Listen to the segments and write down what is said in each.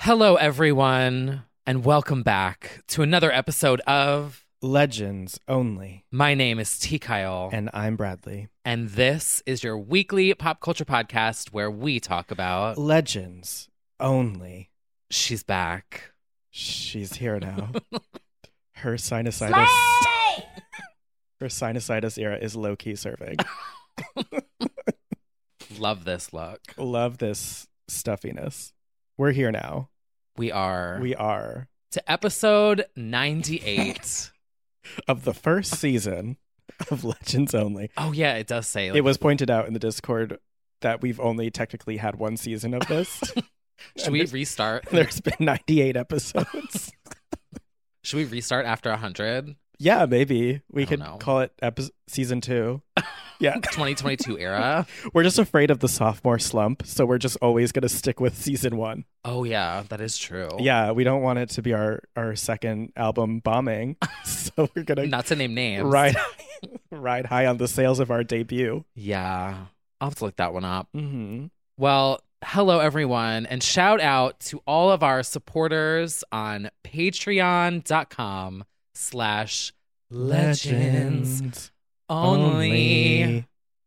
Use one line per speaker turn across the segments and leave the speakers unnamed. Hello, everyone, and welcome back to another episode of
Legends only.
My Name is T. Kyle,
And I'm Bradley.
and this is your weekly pop culture podcast where we talk about
Legends only.
she's back.
She's here now. Her sinusitis. Her sinusitis era is low key serving.
Love this look.
Love this stuffiness. We're here now.
We are
We are
to episode 98.
of the first season of Legends Only.
oh, yeah, it does say like,
It was pointed out in the Discord that we've only technically had one season of this.
Should we restart?
There's been 98 episodes.
Should we restart after 100?
yeah, maybe we
I don't
could
know.
call it episode season two. Yeah.
2022 era?
We're just afraid of the sophomore slump, so we're just always going to stick with season one.
Oh, yeah, that is true.
Yeah, we don't want it to be our our second album bombing, so we're going
Not to name names.
to ride ride high on the sales of our debut.
Yeah. I'll have to look that one up.
Mm-hmm.
Well, hello everyone, and shout out to all of our supporters on patreon.com slash legends only.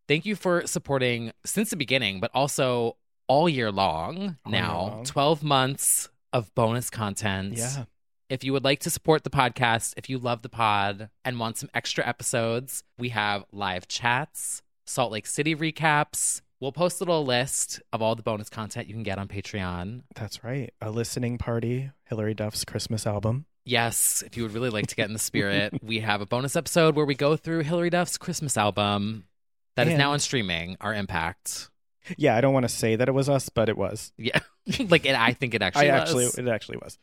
Thank you for supporting since the beginning, but also all year long
All year
now.
long.
12 months of bonus content.
Yeah,
If you would like to support the podcast, if you love the pod and want some extra episodes, we have live chats, Salt Lake City recaps. We'll post a little list of all the bonus content you can get on Patreon.
that's right. A listening party, Hillary Duff's Christmas album.
Yes, if you would really like to get in the spirit, we have a bonus episode where we go through Hillary Duff's Christmas album that is now
And-
on streaming, Our Impact.
Yeah, I don't want to say that it was us, but it was.
Yeah. like, it, I think it actually
I
was.
actually, uh, it actually was.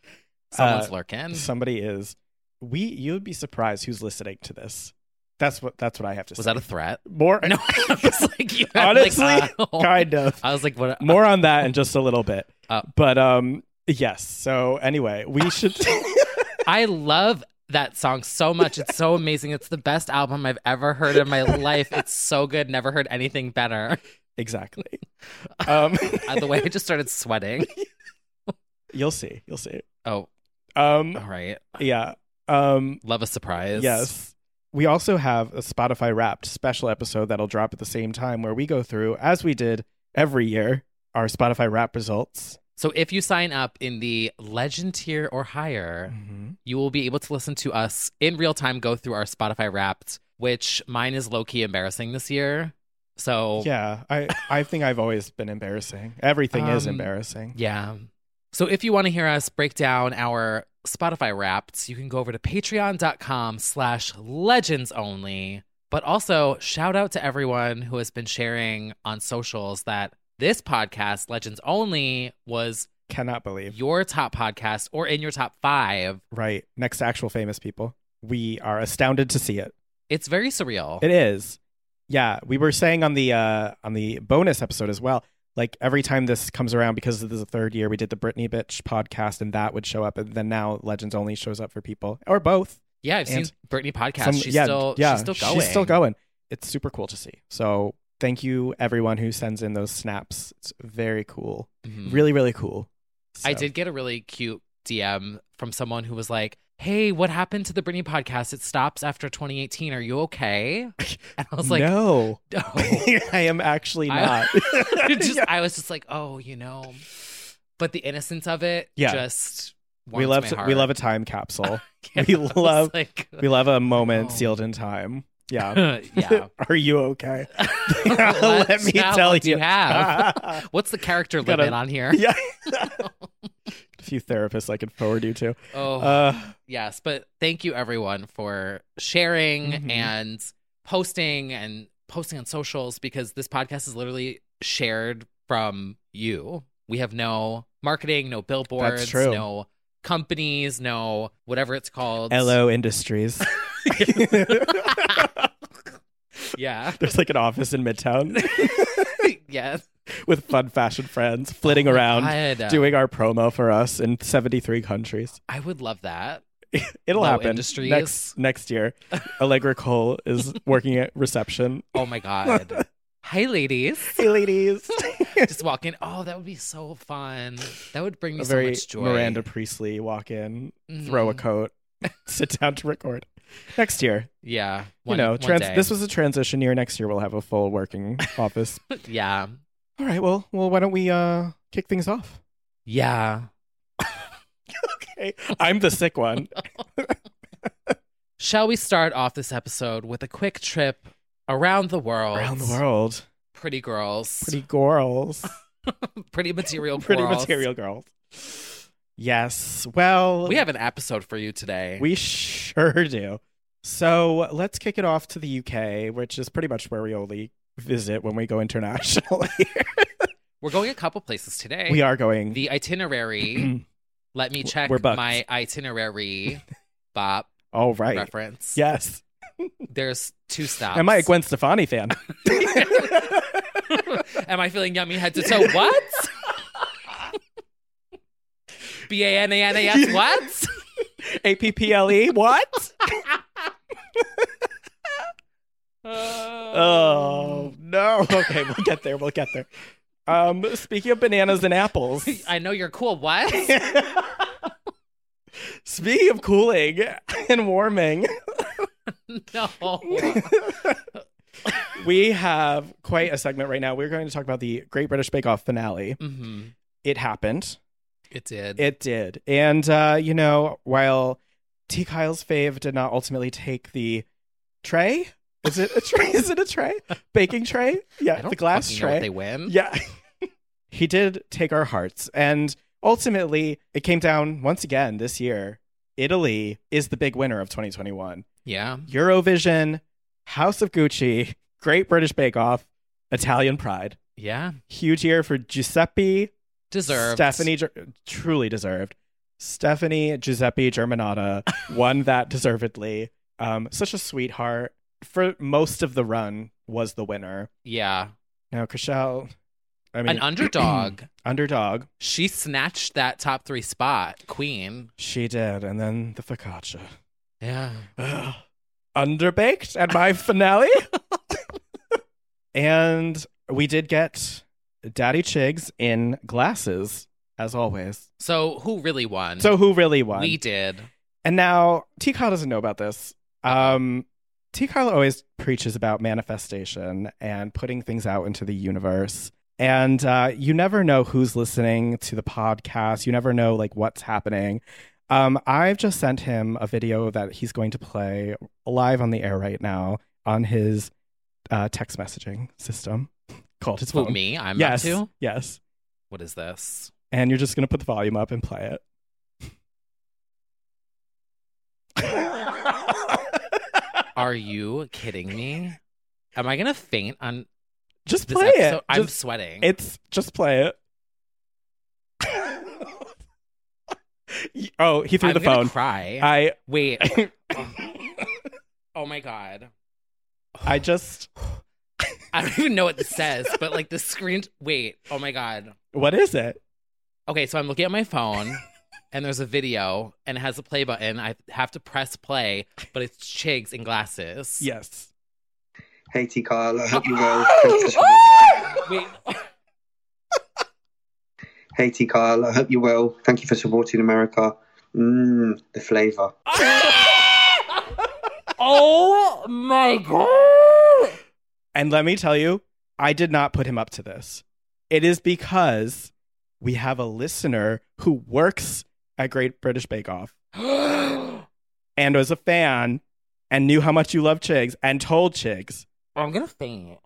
Someone's
uh,
lurking.
Somebody is. We, you would be surprised who's listening to this. That's what. That's what I have to
Was
say.
that a threat?
More
No, I was like, you had, like,
honestly,
oh.
kind of.
I was like, what?
More on that in just a little bit.
Uh.
but um, yes. So anyway, we should.
I love that song so much. It's so amazing. It's the best album I've ever heard in my life. It's so good. Never heard anything better.
exactly. Um,
Uh, the way I just started sweating.
you'll see. You'll see.
Oh, all
Um,
right.
yeah. Um,
Love a surprise.
yes. We also have a Spotify Wrapped special episode that'll drop at the same time, where we go through, as we did every year, our Spotify Wrapped results.
So if you sign up in the legend tier or higher, you will be able to listen to us in real time go through our Spotify Wrapped, which mine is low key embarrassing this year. So
Yeah, I I think I've always been embarrassing. Everything is
Um,
embarrassing.
Yeah. So if you want to hear us break down our Spotify wrapped, you can go over to patreon.com slash legends only. But also shout out to everyone who has been sharing on socials that this podcast, Legends Only, was
Cannot believe.
your top podcast or in your top five.
Right. Next to actual famous people. We are astounded to see it.
It's very surreal.
It is. Yeah, we were saying on the uh on the bonus episode as well. like every time this comes around because this is the third year we did the Britney bitch podcast and that would show up and then now Legends only shows up for people or both.
Yeah, I've seen
And
Britney podcast.
Some-
she's
yeah,
still
yeah,
she's still going.
She's still going. It's super cool to see. So thank you everyone who sends in those snaps. It's very cool.
Mhm.
Really really cool.
I
So-
did get a really cute DM from someone who was like, "Hey, what happened to the Britney podcast? It stops after 2018. Are you okay?" And I was like,
no,
"No."
I am actually
I-
not.
just,
Yeah.
I was just like, oh, you know, but the innocence of it
Yeah.
just
we
warms
love
my
to-
heart.
we love a time capsule.
Yeah,
we
I was
love-
like,
We love a moment
Oh.
sealed in time. Yeah.
yeah.
Are you okay?
What
Let me
talent
tell
do
you.
you have? What's the character
Gotta-
limit on here?
yeah. a few therapists I could forward you to.
Oh,
Uh,
yes. But thank you, everyone, for sharing
Mhm.
and posting and posting on socials because this podcast is literally shared from you. We have no marketing, no billboards,
true.
no companies, no whatever it's called.
LO Industries.
Yeah.
There's like an office in Midtown
yes.
with fun fashion friends flitting
Oh my
around,
God.
doing our promo for us in 73 countries.
I would love that.
It'll
Low
happen
Industries.
next next year. Allegra Cole is working at reception.
Oh my god. Hi, ladies.
Hey, ladies.
Just walk in. Oh, that would be so fun. That would bring me
a
so
very
much joy.
Miranda Priestley walk in,
Mhm.
throw a coat, sit down to record. Next year,
Yeah.
you know, trans- this was a transition year. Next year, we'll have a full working office.
was. Yeah.
All right. Well, well, why don't we uh kick things off?
Yeah.
Okay, I'm the sick one.
Shall we start off this episode with a quick trip around the world?
Around the world,
Pretty girls.
pretty girls,
Pretty material.
pretty
girls.
material girls. Yes. Well,
We have an episode for you today.
We sure do. So let's kick it off to the UK, which is pretty much where we only visit when we go international.
We're going a couple places today.
we are going
The itinerary. let me
W-
check
we're booked.
my itinerary. Bop
all right.
reference.
Yes.
There's two stops.
Am I a Gwen Stefani fan?
Am I feeling yummy head to toe? What? B A N A N A S. What?
A P P L E. What? Oh no. Okay, we'll get there. We'll get there. Um, speaking of bananas and apples,
I know you're cool. What?
speaking of cooling and warming,
No.
we have quite a segment right now. We're going to talk about the Great British Bake Off finale.
hmm
It happened.
It did.
It did. And uh, you know, while T. Kyle's fave did not ultimately take the tray. Is it a tray? Is it a tray? Baking tray?
I
Yeah,
don't
the glass
fucking
tray.
Know what they win.
Yeah. he did take our hearts. And ultimately, it came down once again this year. Italy is the big winner of 2021.
Yeah.
Eurovision, House of Gucci, Great British Bake Off, Italian Pride.
Yeah.
Huge year for Giuseppe,
Deserved.
Stephanie, Ger- truly deserved. Stephanie Giuseppe Germanata won that deservedly. Um, such a sweetheart. For most of the run, was the winner.
Yeah.
Now, Chriselle, I mean,
An underdog.
underdog.
she snatched that top three spot. Queen.
She did, and then the focaccia.
Yeah.
Underbaked at my finale. and we did get Daddy Chigs in glasses, as always.
So who really won?
So who really won?
we did.
and now T Kyle doesn't know about this. Um T Kyle always preaches about manifestation and putting things out into the universe. And uh, you never know who's listening to the podcast. You never know like what's happening. Um, I've just sent him a video that he's going to play live on the air right now on his uh, text messaging system called his
Who,
phone.
me? I'm
yes,
up to.
yes.
What is this?
And you're just gonna put the volume up and play it.
Are you kidding me? Am I gonna faint on
Just
this
play
episode?
it.
I'm
Just-
sweating.
it's just play it. Y- oh, he threw
I'm
the
gonna
phone.
Cry.
I
Wait. oh my god.
I just
I don't even know what this says, but like the screen. Wait, oh my god.
What is it?
Okay, so I'm looking at my phone, and there's a video, and it has a play button. I have to press play, but it's Chigs in glasses.
Yes.
Hey, T. Kyle. I hope you're well.
Wait,
hey, T. Kyle. I hope you're well. Thank you for supporting America. Mmm, the flavour.
oh my god!
And let me tell you, I did not put him up to this. It is because we have a listener who works at Great British Bake Off and was a fan and knew how much you love Chigs and told Chigs.
I'm gonna faint.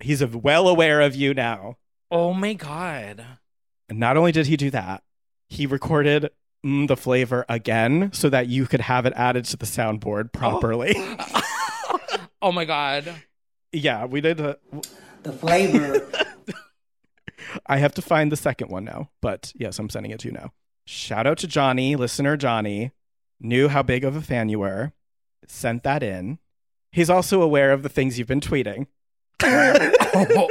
He's of- well aware of you now.
Oh my god.
And not only did he do that, he recorded mm, the flavor again so that you could have it added to the soundboard properly.
oh my god.
yeah, we did. uh,
The flavour.
I have to find the second one now, but yes, I'm sending it to you now. Shout out to Johnny, listener Johnny, knew how big of a fan you were, sent that in. He's also aware of the things you've been tweeting.
Oh.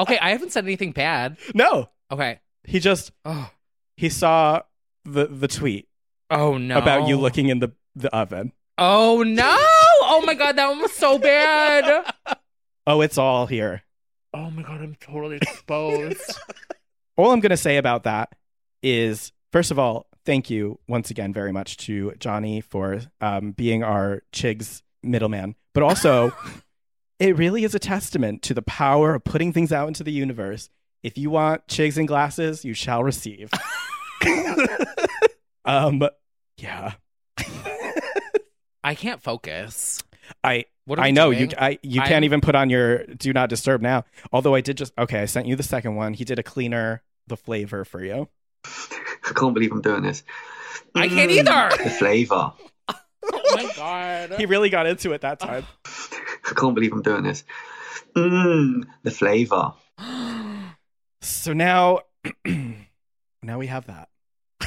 Okay, I haven't said anything bad.
No,
Okay.
he just
Oh,
he saw the the tweet
oh no.
about you looking in the the oven.
Oh no! Oh my god, that one was so bad.
Oh, it's all here.
Oh my god, I'm totally exposed.
All I'm going to say about that is, first of all, thank you once again very much to Johnny for um, being our Chigs middleman. But also, it really is a testament to the power of putting things out into the universe. If you want Chigs and glasses, you shall receive. um, yeah,
I can't focus.
I.
What are we
I know
doing?
you. I, you
I'm-
can't even put on your do not disturb now. Although I did just okay. I sent you the second one. He did a cleaner the flavor for you.
I can't believe I'm doing this.
I can't
Mm,
either.
The flavour.
Oh my god.
He really got into it that time.
I can't believe I'm doing this. Mmm, the flavour.
So now, now we have that.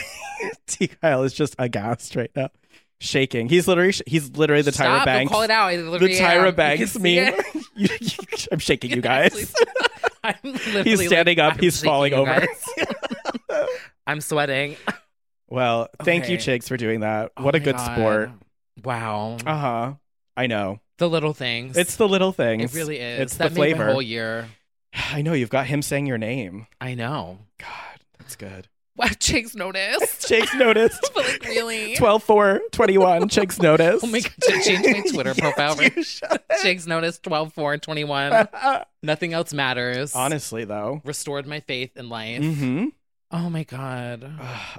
T. Kyle is just aghast right now, shaking. He's literally, he's literally the Tyra
Stop, don't
Banks.
call it out. I
The
literally am. You
Tyra
can
Banks
see
meme.
it.
You- you- I'm shaking you
Actually,
guys.
I'm literally
He's
like-
standing up.
I'm
He's falling
shaking, you
over.
guys. I'm sweating.
Well, thank you,
Okay.
Chicks, for doing that.
Oh
what a
my
good
God.
sport.
Wow.
Uh huh. I know.
the little things.
It's the little things.
It really is.
It's
that
the
made
flavor.
My whole year.
I know. You've got him saying your name.
I know.
God, that's good.
Wow, Chicks noticed.
Chicks noticed.
but like really.
12 4 21. Chicks noticed.
Oh my god! I changed my Twitter profile.
Yes,
right?
you shut
Chicks noticed 12, 4, 21.
up.
Nothing else matters.
Honestly, though.
Restored my faith in life.
hmm
Oh my god!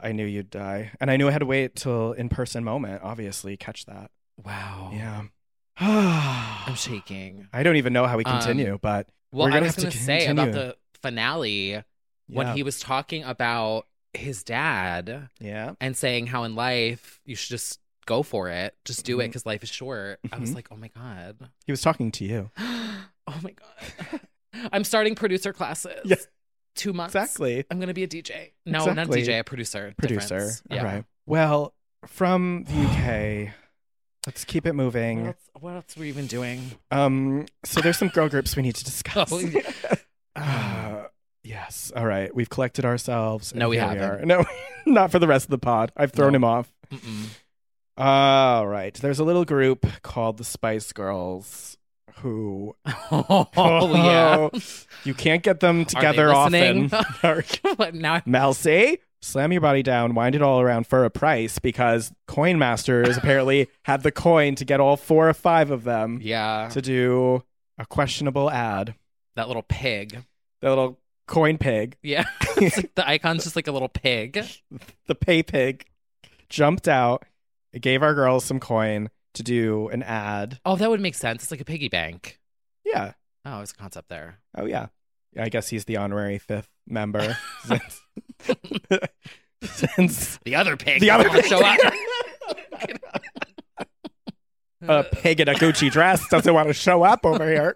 I knew you'd die. And I knew I had to wait till in person moment, obviously, catch that.
Wow.
Yeah.
I'm
I'm
shaking.
I don't even know how we
Um,
continue, but
Well, I
We're gonna
was
have to
going to say about
continue.
the finale
yeah.
when he was talking about his dad
yeah.
and saying how in life you should just go for it, just do it
Mm-hmm.
because life is short. I was
Mhm.
like, oh my god,
He was talking to you.
oh my god, I'm starting producer classes.
Yeah.
two months
Exactly.
I'm gonna be a DJ. No, not a
Exactly.
DJ, a producer.
Producer.
Difference.
All right. Well, from the UK, let's keep it
What
moving.
else, what else were you even doing?
Um, so there's some girl groups we need to discuss.
Oh, yeah.
Uh, yes. All right. We've collected ourselves. and
No, we
here
haven't.
are. No, not for the rest of the pod. I've thrown
No.
him off.
Mm-mm.
All right. There's a little group called the Spice Girls who
Oh, yeah.
you can't get them
they
together often.
listening? What, now I'm
Malsey, slam your body down, wind it all around for a price because Coin Masters apparently had the coin to get all four or five of them
yeah.
to do a questionable ad.
that little pig.
The little coin pig,
Yeah. It's like the icon's just like a little pig.
the pay pig, jumped out, gave our girls some coin to do an ad.
Oh, that would make sense. It's like a piggy bank.
Yeah.
Oh, it's a concept there.
Oh yeah. I guess he's the honorary fifth member since, since
The other pig.
the other
won't show up.
a pig in a Gucci dress doesn't want to show up over here.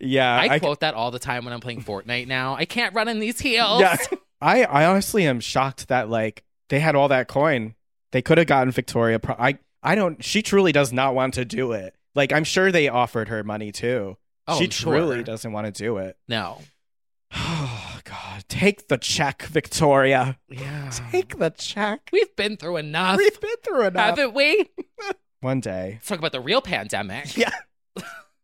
yeah,
I,
I,
quote that all the time when I'm playing Fortnite now. I can't run in these heels.
yeah. I I honestly am shocked that like they had all that coin. They could have gotten Victoria. Pro- I I don't. She truly does not want to do it. Like I'm sure they offered her money too,
Oh,
she
I'm sure.
truly doesn't want to do it.
No.
Oh God, take the check, Victoria.
Yeah.
Take the check.
We've been through enough,
We've been through enough.
haven't we?
One day,
Let's talk about the real pandemic.
Yeah.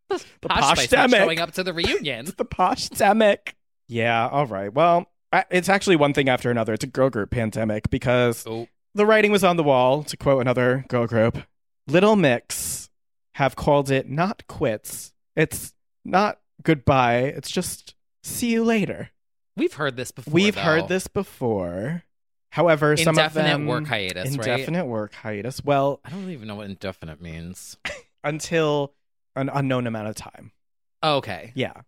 the
Posh
posh
Spice not
demic.
showing up to the reunion.
It's the posh demic. Yeah. All right. Well, I, it's actually one thing after another. It's a girl group pandemic because
oh,
the writing was on the wall. To quote another girl group, Little Mix have called it not quits. It's not goodbye. It's just see you later.
we've heard this before.
We've
though.
heard this before. However, some of
Indefinite
them
work hiatus, right?
Indefinite work hiatus. Well,
I don't even know what indefinite means.
until an unknown amount of time.
Okay.
Yeah.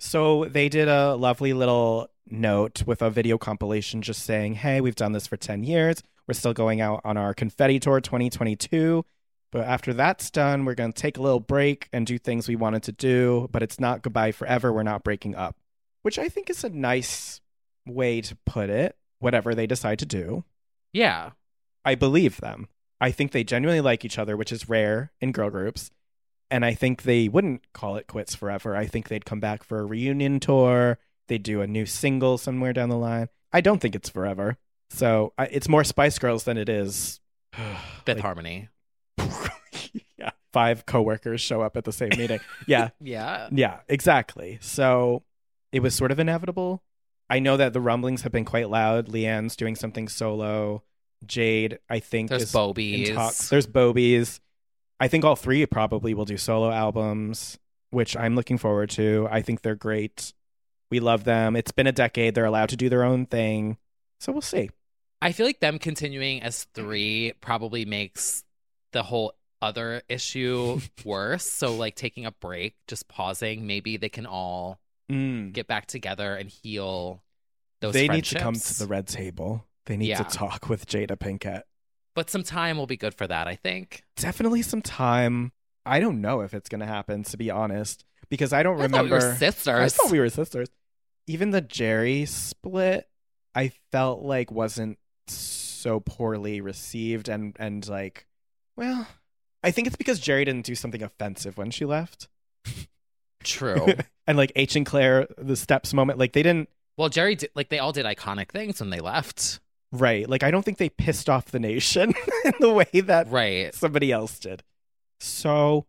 So they did a lovely little note with a video compilation just saying, hey, we've done this for 10 years. We're still going out on our confetti tour 2022. But after that's done, we're going to take a little break and do things we wanted to do. But it's not goodbye forever. We're not breaking up, which I think is a nice way to put it, whatever they decide to do.
Yeah.
I believe them. I think they genuinely like each other, which is rare in girl groups. And I think they wouldn't call it quits forever. I think they'd come back for a reunion tour. They'd do a new single somewhere down the line. I don't think it's forever. So I, it's more Spice Girls than it is.
Fifth
Like-
Harmony.
yeah. Five coworkers show up at the same meeting. Yeah.
Yeah.
Yeah, exactly. So it was sort of inevitable. I know that the rumblings have been quite loud. Leanne's doing something solo. Jade, I think,
There's
is in
Bobies.
talks. There's Bobies. I think all three probably will do solo albums, which I'm looking forward to. I think they're great. We love them. It's been a decade. They're allowed to do their own thing. So we'll see.
I feel like them continuing as three probably makes the whole other issue worse. So, like, taking a break, just pausing, maybe they can all get back together and heal those
They need to come to
friendships.
the red table. They need
Yeah.
to talk with Jada Pinkett.
But some time will be good for that, I think.
definitely some time. I don't know if it's going to happen, to be honest, because I don't
I thought we
remember.
were sisters.
I thought we were sisters. Even the Jerry split, I felt like wasn't so poorly received, and and like, well, I think it's because Jerry didn't do something offensive when she left,
True.
and like H and Claire, the steps moment, like they didn't.
well, Jerry, did, like, they all did iconic things when they left.
Right, like I don't think they pissed off the nation in the way that
Right.
somebody else did. So,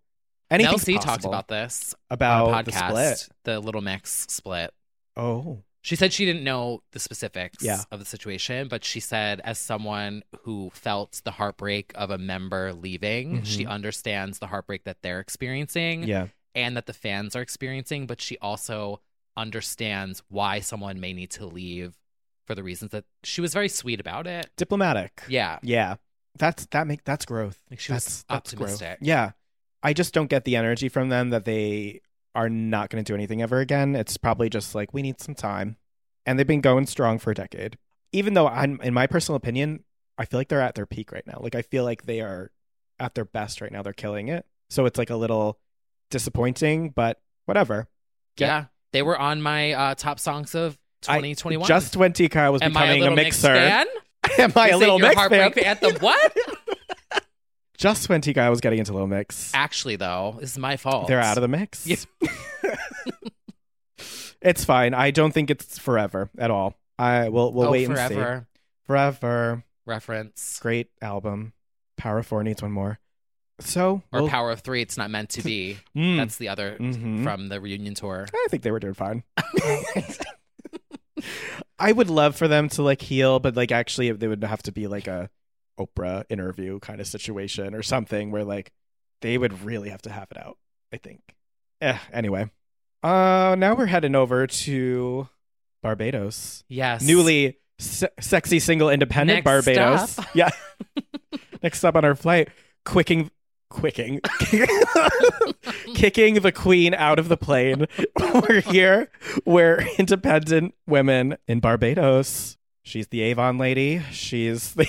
anything
Mel C talked about this
about
on a
the
podcast,
split.
the Little Mix split.
Oh,
She said she didn't know the specifics
Yeah.
of the situation, but she said, as someone who felt the heartbreak of a member leaving, she
Mhm.
understands the heartbreak that they're experiencing
yeah,
and that the fans are experiencing, but she also understands why someone may need to leave for the reasons that she was very sweet about it.
diplomatic.
Yeah.
yeah. That's that make that's growth.
Like, she was
that's, that's growth.
optimistic.
Yeah, I just don't get the energy from them that they are not going to do anything ever again. It's probably just like we need some time, and they've been going strong for a decade. Even though I'm, in my personal opinion, I feel like they're at their peak right now. Like I feel like they are at their best right now. They're killing it. So it's like a little disappointing, but whatever.
Yeah. They were on my uh, top songs of
I-
2021.
Just when T Kyle was
Am I
becoming
little
a
Mix
mixer,
fan?
am I
Is
a
it
little
your
mix fan?
heartbreak anthem? What?
Just when Tika was getting into Little Mix,
Actually, though, this is my fault.
they're out of the mix.
Yeah.
it's fine. I don't think it's forever at all. I will we'll
oh,
wait
forever.
and see. Forever,
reference
great album. Power Four needs one more. So
or
we'll-
Power of Three. It's not meant to be.
Mm.
That's the other
Mhm.
from the reunion tour.
I think they were doing fine. I would love for them to like heal, but like actually, they would have to be like a Oprah interview kind of situation or something where like they would really have to have it out. I think. Eh, anyway, uh, now we're heading over to Barbados,
Yes,
newly se- sexy single independent
Next
Barbados.
stop.
Yeah. Next up on our flight, quicking, quicking, kicking the queen out of the plane. We're here. We're independent women in Barbados. She's the Avon lady. She's the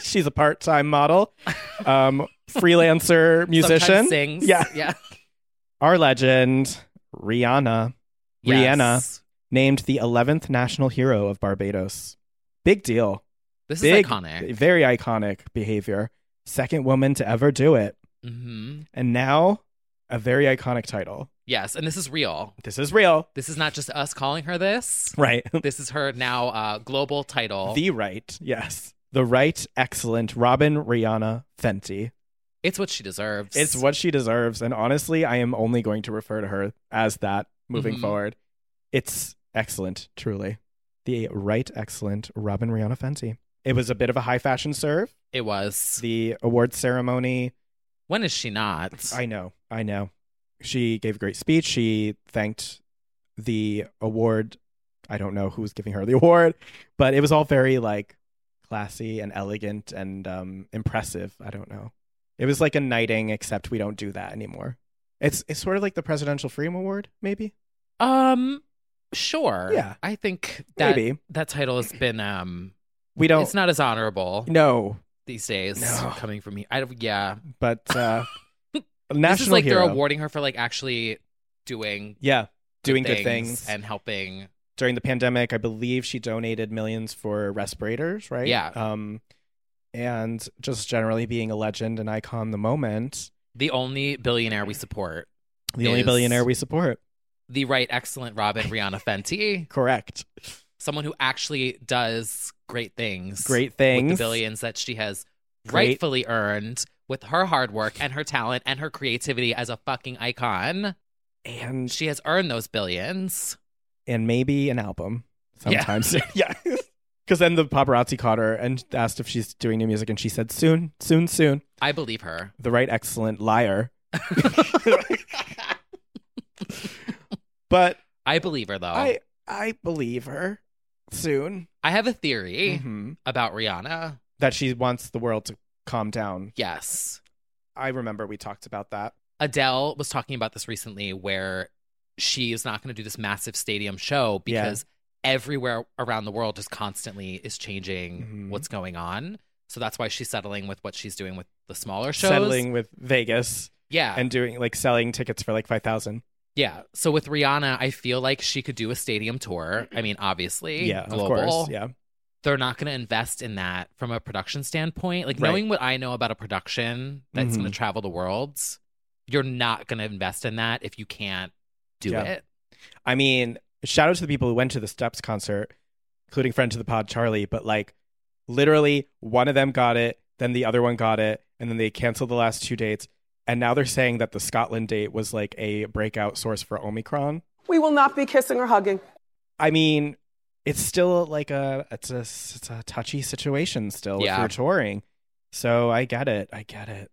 she's a part time model, um, freelancer
Sometimes
musician.
sings.
Yeah,
yeah.
our legend Rihanna Rihanna.
Yes.
named the 11th national hero of Barbados. Big deal.
This
Big,
is iconic.
Very iconic behavior. Second woman to ever do it.
hmm
And now a very iconic title.
Yes, and this is real.
This is real.
This is not just us calling her this.
Right.
This is her now uh, global title.
The right. Yes. The right. Excellent. Robin Rihanna Fenty.
it's what she deserves.
It's what she deserves. And honestly, I am only going to refer to her as that moving
Mhm.
forward. It's excellent, truly. The right excellent Robin Rihanna Fenty. It was a bit of a high fashion serve.
it was.
The award ceremony.
when is she not?
I know, I know. She gave a great speech. She thanked the award. I don't know who was giving her the award, but it was all very like classy and elegant and um, impressive. I don't know. It was like a knighting, except we don't do that anymore. It's it's sort of like the Presidential Freedom Award, maybe.
um, sure.
Yeah.
I think that
Maybe.
that title has been um,
We don't.
it's not as honorable
no,
these days.
No.
Coming from me, I don't- yeah.
but uh, national
this is like
hero.
they're awarding her for like actually doing
Yeah, doing good things.
and helping.
during the pandemic. I believe she donated millions for respirators, right?
Yeah.
Um, and just generally being a legend and icon in the moment.
The only billionaire we support,
The only
Is-
billionaire we support.
the right excellent Robin Rihanna Fenty,
Correct.
someone who actually does great things.
Great
with
things.
the billions that she has
Great.
rightfully earned with her hard work and her talent and her creativity as a fucking icon.
And
She has earned those billions.
and maybe an album
Yeah.
sometimes. Yeah. Because then the paparazzi caught her and asked if she's doing new music, and she said, "Soon, soon, soon."
I believe her.
The right excellent liar. But
I believe her though.
I
I,
I believe her. Soon.
have a theory
Mhm.
about Rihanna.
that she wants the world to calm down.
Yes.
I remember we talked about that.
Adele was talking about this recently where she is not going to do this massive stadium show
Yeah.
because everywhere around the world just constantly is changing
Mhm.
what's going on. So that's why she's settling with what she's doing with the smaller shows. Ah.
Settling with Vegas
Yeah.
and doing like selling tickets for like 5,000.
Yeah. So with Rihanna, I feel like she could do a stadium tour. I mean, obviously,
Yeah,
global.
of course. Yeah.
They're not going to invest in that from a production standpoint. Like
Right.
knowing what I know about a production that's
Mhm.
going to travel the world, you're not going to invest in that if you can't do
Yeah.
it.
I mean, shout out to the people who went to the Steps concert, including friend to the pod, Charlie, but like literally one of them got it, then the other one got it, and then they canceled the last two dates. And now they're saying that the Scotland date was like a breakout source for Omicron.
We will not be kissing or hugging.
I mean, it's still like a it's a it's a touchy situation still if
Yeah.
you're touring. So I get it. I get it.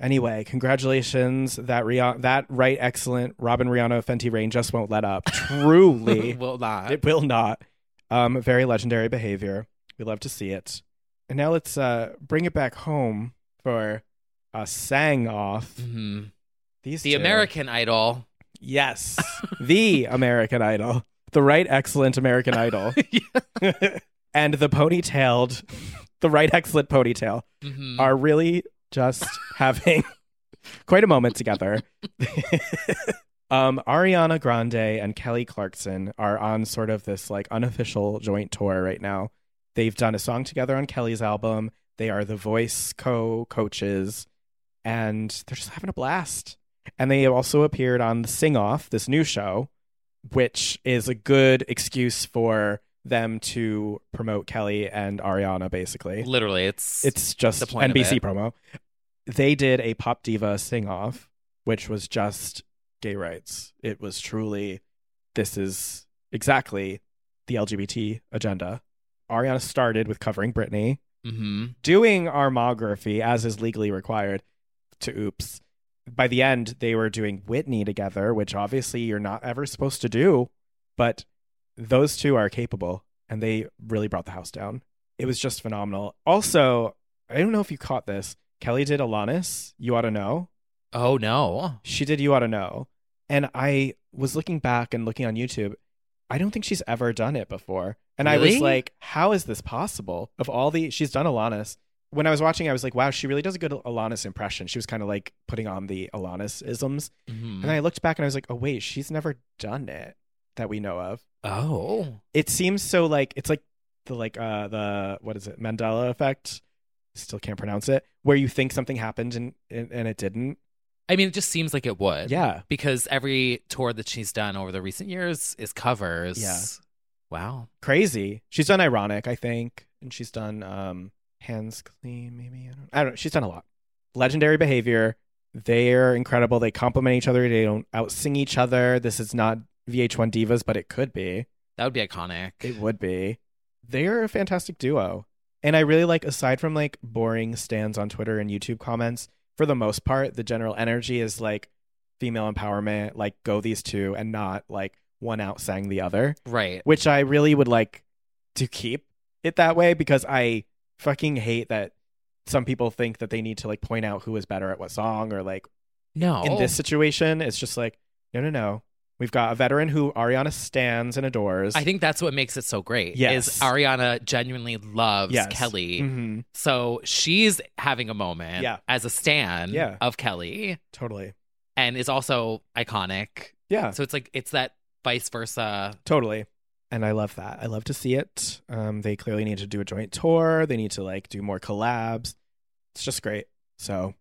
Anyway, congratulations that Rihanna, that right excellent Robin Rihanna Fenty Rain just won't let up. Truly,
Will not.
it will not. Um, very legendary behavior. We love to see it. And now let's uh, bring it back home for a sang off.
Mhm.
These
The
two.
American Idol.
Yes. the American Idol. The right excellent American Idol. and the ponytailed, the right excellent ponytail
Mhm.
are really just having quite a moment together. um, Ariana Grande and Kelly Clarkson are on sort of this like unofficial joint tour right now. They've done a song together on Kelly's album. They are the voice co coaches, and they're just having a blast. And they also appeared on the Sing Off, this new show, which is a good excuse for them to promote Kelly and Ariana, basically.
Literally, it's
It's just
the point of
NBC
it.
promo. They did a pop diva sing off, which was just gay rights. It was truly, this is exactly the LGBT agenda. Ariana started with covering Britney,
Mhm.
doing armography as is legally required to oops. By the end, they were doing Whitney together, which obviously you're not ever supposed to do, but those two are capable and they really brought the house down. It was just phenomenal. Also, I don't know if you caught this. Kelly did Alanis, You Ought to Know.
Oh no.
She did You Ought to Know. And I was looking back and looking on YouTube. I don't think she's ever done it before. And I was
Really?
like, how is this possible? Of all the, she's done Alanis. When I was watching, I was like, wow, she really does a good Alanis impression. She was kind of like putting on the Alanis isms.
Mhm.
And I looked back and I was like, oh, wait, she's never done it that we know of.
oh.
It seems so like, it's like the, like, uh, the, what is it, Mandela effect? Still can't pronounce it, where you think something happened and, and, and it didn't.
I mean, it just seems like it would.
Yeah.
Because every tour that she's done over the recent years is covers.
Yeah.
Wow.
Crazy. She's done Ironic, I think. And she's done um Hands Clean, maybe. I don't, I don't know. She's done a lot. Legendary behavior. They're incredible. They complement each other. They don't out sing each other. This is not VH1 Divas, but it could be.
That would be iconic.
It would be. They're a fantastic duo. And I really like, aside from like boring stands on Twitter and YouTube comments, for the most part, the general energy is like female empowerment, like go these two and not like one out sang the other,
Right.
which I really would like to keep it that way because I fucking hate that some people think that they need to like point out who is better at what song or like
No.
in this situation, it's just like, no, no, no. We've got a veteran who Ariana stands and adores.
I think that's what makes it so great. Is
Yes.
Ariana genuinely loves
Yes.
Kelly.
Mhm.
So she's having a moment
Yeah.
as a stan
Yeah.
of Kelly
Totally.
and is also iconic.
Yeah,
So it's like it's that vice versa.
totally. And I love that. I love to see it. Um, they clearly need to do a joint tour. They need to like do more collabs. It's just great. So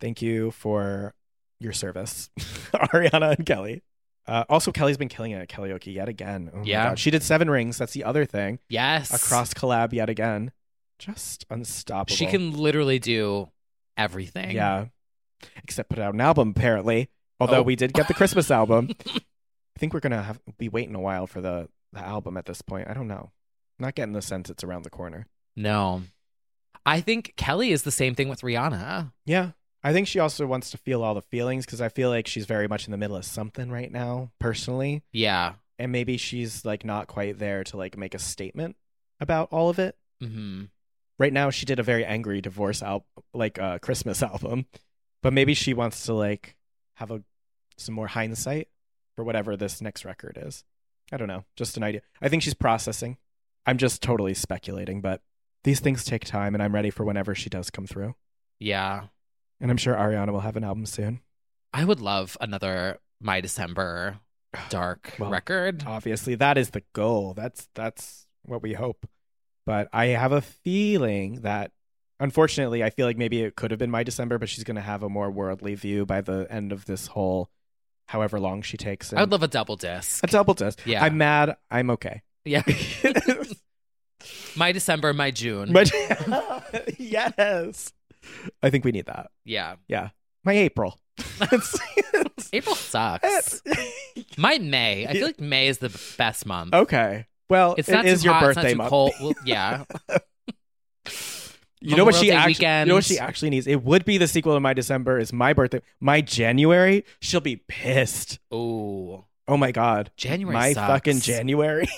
thank you for your service, Ariana and Kelly. Uh, also, Kelly's been killing it at karaoke yet again. Oh my
Yeah.
God. She did Seven Rings. That's the other thing.
Yes.
A cross collab yet again. Just unstoppable.
She can literally do everything.
Yeah. Except put out an album apparently. Although
Oh.
we did get the Christmas album. I think we're gonna have be waiting a while for the, the album at this point. I don't know. Not getting the sense it's around the corner.
No. I think Kelly is the same thing with Rihanna.
Yeah. I think she also wants to feel all the feelings because I feel like she's very much in the middle of something right now, personally.
Yeah.
And maybe she's like not quite there to like make a statement about all of it.
hmm
Right now she did a very angry divorce album like a Christmas album. But maybe she wants to like have a some more hindsight for whatever this next record is. I don't know, just an idea. I think she's processing. I'm just totally speculating, but these things take time and I'm ready for whenever she does come through.
Yeah.
And I'm sure Ariana will have an album soon.
I would love another My December dark
Well,
record.
Obviously, that is the goal. That's that's what we hope. But I have a feeling that unfortunately, I feel like maybe it could have been my December, but she's going to have a more worldly view by the end of this whole however long she takes.
I would
and-
love a double disc.
a double test.
Yeah.
I'm mad. I'm okay.
yeah. my December, my June.
But yes, I think we need that.
yeah.
My April. It's-
April sucks.
it's-
my May. I
Yeah.
feel like May is the best month.
okay. Well,
It's
it
not
is
too
your
hot,
birthday
it's not too cold.
month.
Well, yeah.
You know what she
Memorial Day
actually
weekend.
You know what she actually needs? It would be the sequel to my December is my birthday. My January, she'll be pissed.
Oh,
Oh my god.
January.
my
sucks.
fucking January.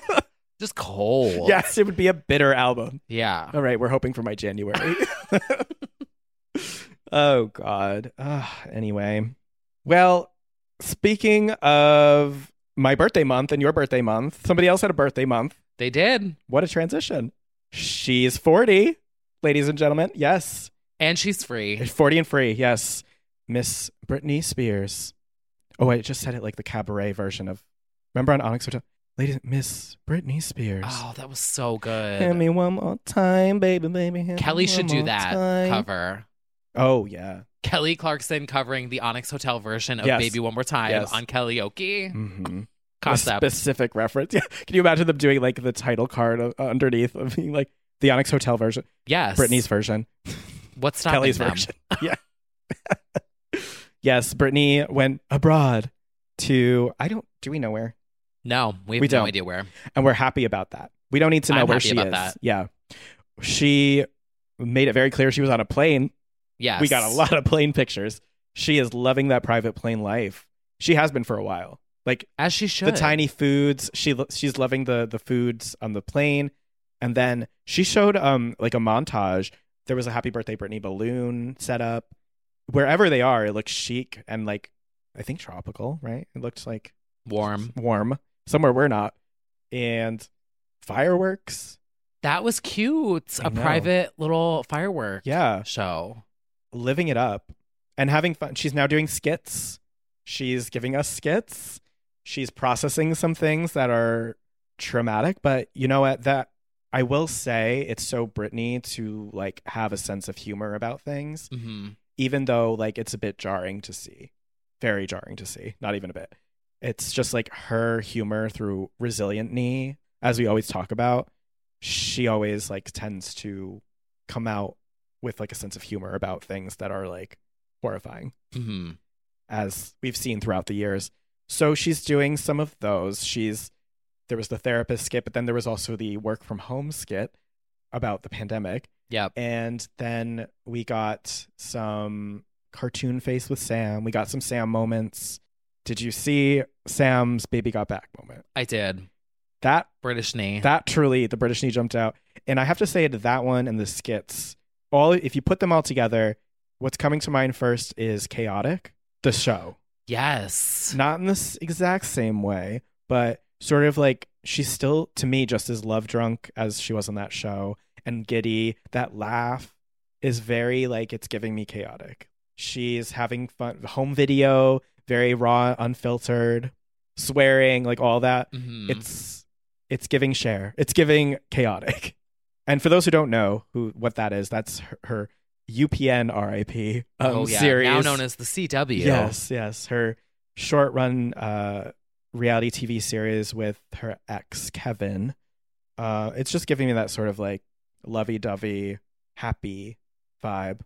Just cold.
yes, it would be a bitter album.
Yeah.
All right, we're hoping for my January. oh god. Ugh, anyway. Well, speaking of my birthday month and your birthday month, somebody else had a birthday month.
They did.
What a transition. She's 40, ladies and gentlemen. Yes.
And she's free.
40 and free, yes. Miss Britney Spears. Oh, I just said it like the cabaret version of. Remember on Onyx Hotel? Ladies, Miss Britney Spears.
Oh, that was so good.
Hand me one more time, baby, baby. hand me
Kelly should
one
do
more
that
time.
cover.
Oh, yeah.
Kelly Clarkson covering the Onyx Hotel version of
Yes.
Baby One More Time
Yes.
on Kellyoke
Mm-hmm.
concept.
A specific reference. Yeah. Can you imagine them doing like the title card uh, underneath of being like the Onyx Hotel version,
yes.
Britney's version,
What's stopping
Kelly's
them?
version? yeah. yes, Britney went abroad to, I don't, do we know where?
No, we have
We
no
don't.
idea where.
and we're happy about that. We don't need to know
I'm
where
happy
she
about
is.
that.
Yeah, she made it very clear she was on a plane.
Yes.
We got a lot of plane pictures. She is loving that private plane life. She has been for a while. Like
As she should.
the tiny foods, she lo- she's loving the the foods on the plane. And then she showed um like a montage. There was a Happy Birthday Britney balloon set up. Wherever they are, it looks chic and like I think tropical, right? It looked like
warm.
warm somewhere we're not and fireworks
That was cute.
I
A
know.
private little firework
yeah
show.
living it up and having fun she's now doing skits she's giving us skits she's processing some things that are traumatic but you know what that i will say it's so brittany to like have a sense of humor about things
Mhm.
even though like it's a bit jarring to see. Very jarring to see. Not even a bit. It's just like her humor through resilient knee, as we always talk about, she always like tends to come out with like a sense of humor about things that are like horrifying
hmm
as we've seen throughout the years. So she's doing some of those. She's there was the therapist skit, but then there was also the work from home skit about the pandemic.
Yep.
And then we got some cartoon face with Sam. We got some Sam moments. Did you see Sam's baby got back moment?
I did.
That
British knee.
that truly the British knee jumped out. And I have to say to that one and the skits, all if you put them all together, what's coming to mind first is chaotic, the show
yes.
not in this exact same way, but sort of like she's still to me just as love drunk as she was on that show and giddy. That laugh is very like it's giving me chaotic. She's having fun home video, very raw, unfiltered, swearing, like all that.
Mhm.
It's it's giving share. It's giving chaotic. And for those who don't know who what that is, that's her, her UPN RIP um,
oh, yeah.
series
now known as the CW.
Yes, yes. Her short run uh, reality TV series with her ex, Kevin. Uh, it's just giving me that sort of like lovey dovey, happy vibe,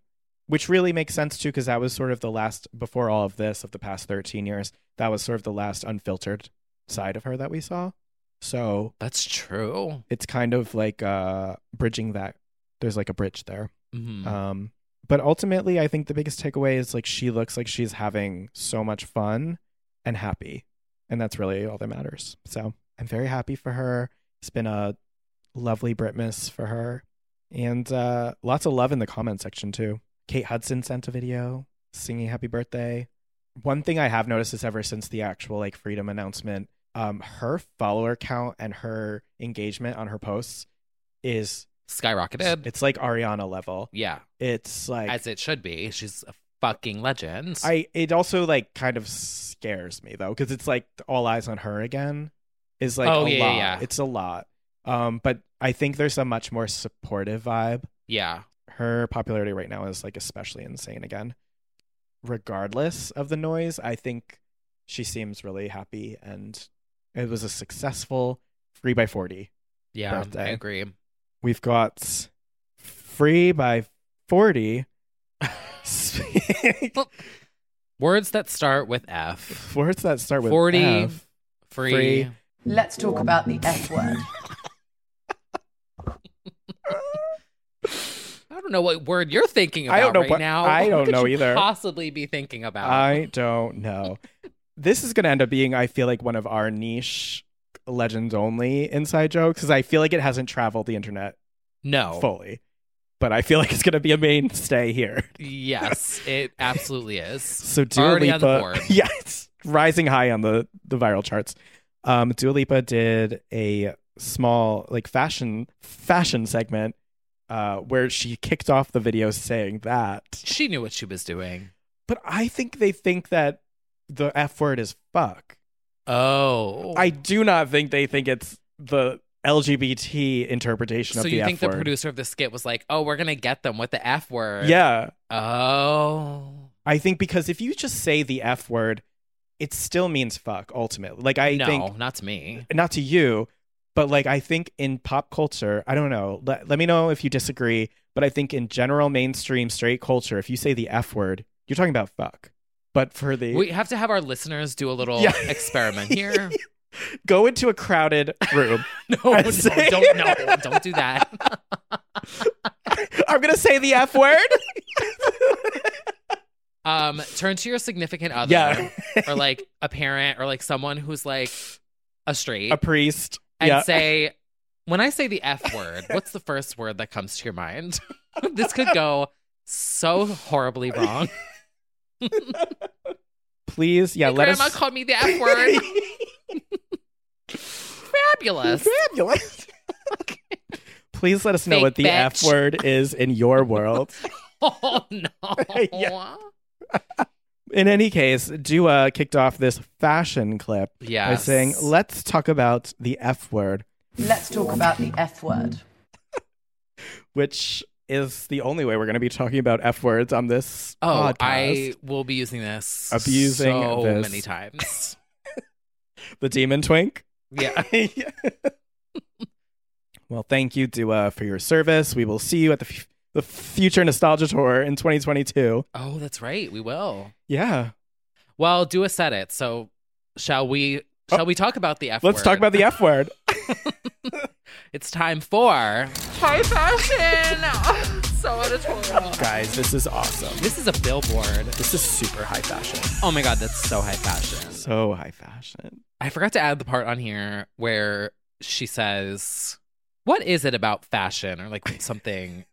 which really makes sense too, because that was sort of the last, before all of this, of the past 13 years, that was sort of the last unfiltered side of her that we saw. So
That's true.
it's kind of like uh, bridging that. There's like a bridge there.
Mhm.
Um, but ultimately, I think the biggest takeaway is like she looks like she's having so much fun and happy, and that's really all that matters. So I'm very happy for her. It's been a lovely Britmas for her, and uh, lots of love in the comment section too. Kate Hudson sent a video singing "Happy Birthday." One thing I have noticed is ever since the actual like freedom announcement, um, her follower count and her engagement on her posts is
Skyrocketed.
it's like Ariana level.
yeah.
It's like
as it should be. She's a fucking legend.
I it also like kind of scares me though because it's like all eyes on her again is like
Oh,
a
yeah, yeah,
lot.
yeah.
It's a lot. Um, but I think there's a much more supportive vibe.
yeah.
Her popularity right now is like especially insane again. Regardless of the noise, I think she seems really happy and it was a successful free by forty.
Yeah. I
Birthday.
agree.
We've got free by forty. Speak-
Words that start with F.
Words that start with
40,
F.
Free.
Free.
Let's talk about the F word.
I don't know what word you're thinking about
I don't know
right
what-
now.
I
What
don't
could
know
you
either.
Possibly be thinking about.
I don't know. this is going to end up being, I feel like, one of our niche legends only inside jokes because I feel like it hasn't traveled the internet
no.
fully, but I feel like it's going to be a mainstay here.
Yes, it absolutely is.
So Dua
Already
Lipa,
on the board.
yeah, it's rising high on the the viral charts. Um, Dua Lipa did a small like fashion fashion segment uh, where she kicked off the video saying that.
She knew what she was doing.
But I think they think that the F word is fuck.
Oh,
I do not think they think it's the LGBT interpretation
So
of the
you think
F word.
the producer of the skit was like, "Oh, we're gonna get them with the F word."
Yeah,
Oh.
I think because if you just say the F word, it still means fuck ultimately. Like I
no,
think
not to me.
not to you, but like I think in pop culture, I don't know. Let, let me know if you disagree, but I think in general mainstream straight culture, if you say the F word, you're talking about fuck. But for the
We have to have our listeners do a little
Yeah.
experiment here.
go into a crowded room.
no,
I
no,
see.
don't no, don't do that.
I'm gonna say the F word.
Um, turn to your significant other,
Yeah.
or like a parent, or like someone who's like a straight,
a priest.
and
yeah.
say, "When I say the F word, what's the first word that comes to your mind?" this could go so horribly wrong.
please, yeah, let
Grandma
us
called me the F word. Fabulous.
Fabulous. Please let us know
Fake
what the
bitch.
F word is in your world.
Oh no.
Yeah. in any case, Dua kicked off this fashion clip by
Yes.
saying, "Let's talk about the F word,"
Let's talk about the F word.
which is the only way we're going to be talking about F words on this
Oh,
podcast.
I will be using this
Abusing
so
this.
many times.
The demon twink.
yeah.
well, thank you, Dua, for your service. We will see you at the, f- the future nostalgia tour in 2022.
Oh, that's right. We will.
Yeah.
Well, Dua said it. So shall we? Shall we talk about the F
Oh. Let's talk
word?
about the F word.
It's time for.
High fashion. so editorial.
Guys, this is awesome.
This is a billboard.
This is super high fashion.
Oh my god, that's so high fashion.
So high fashion.
I forgot to add the part on here where she says, "What is it about fashion?" or like something.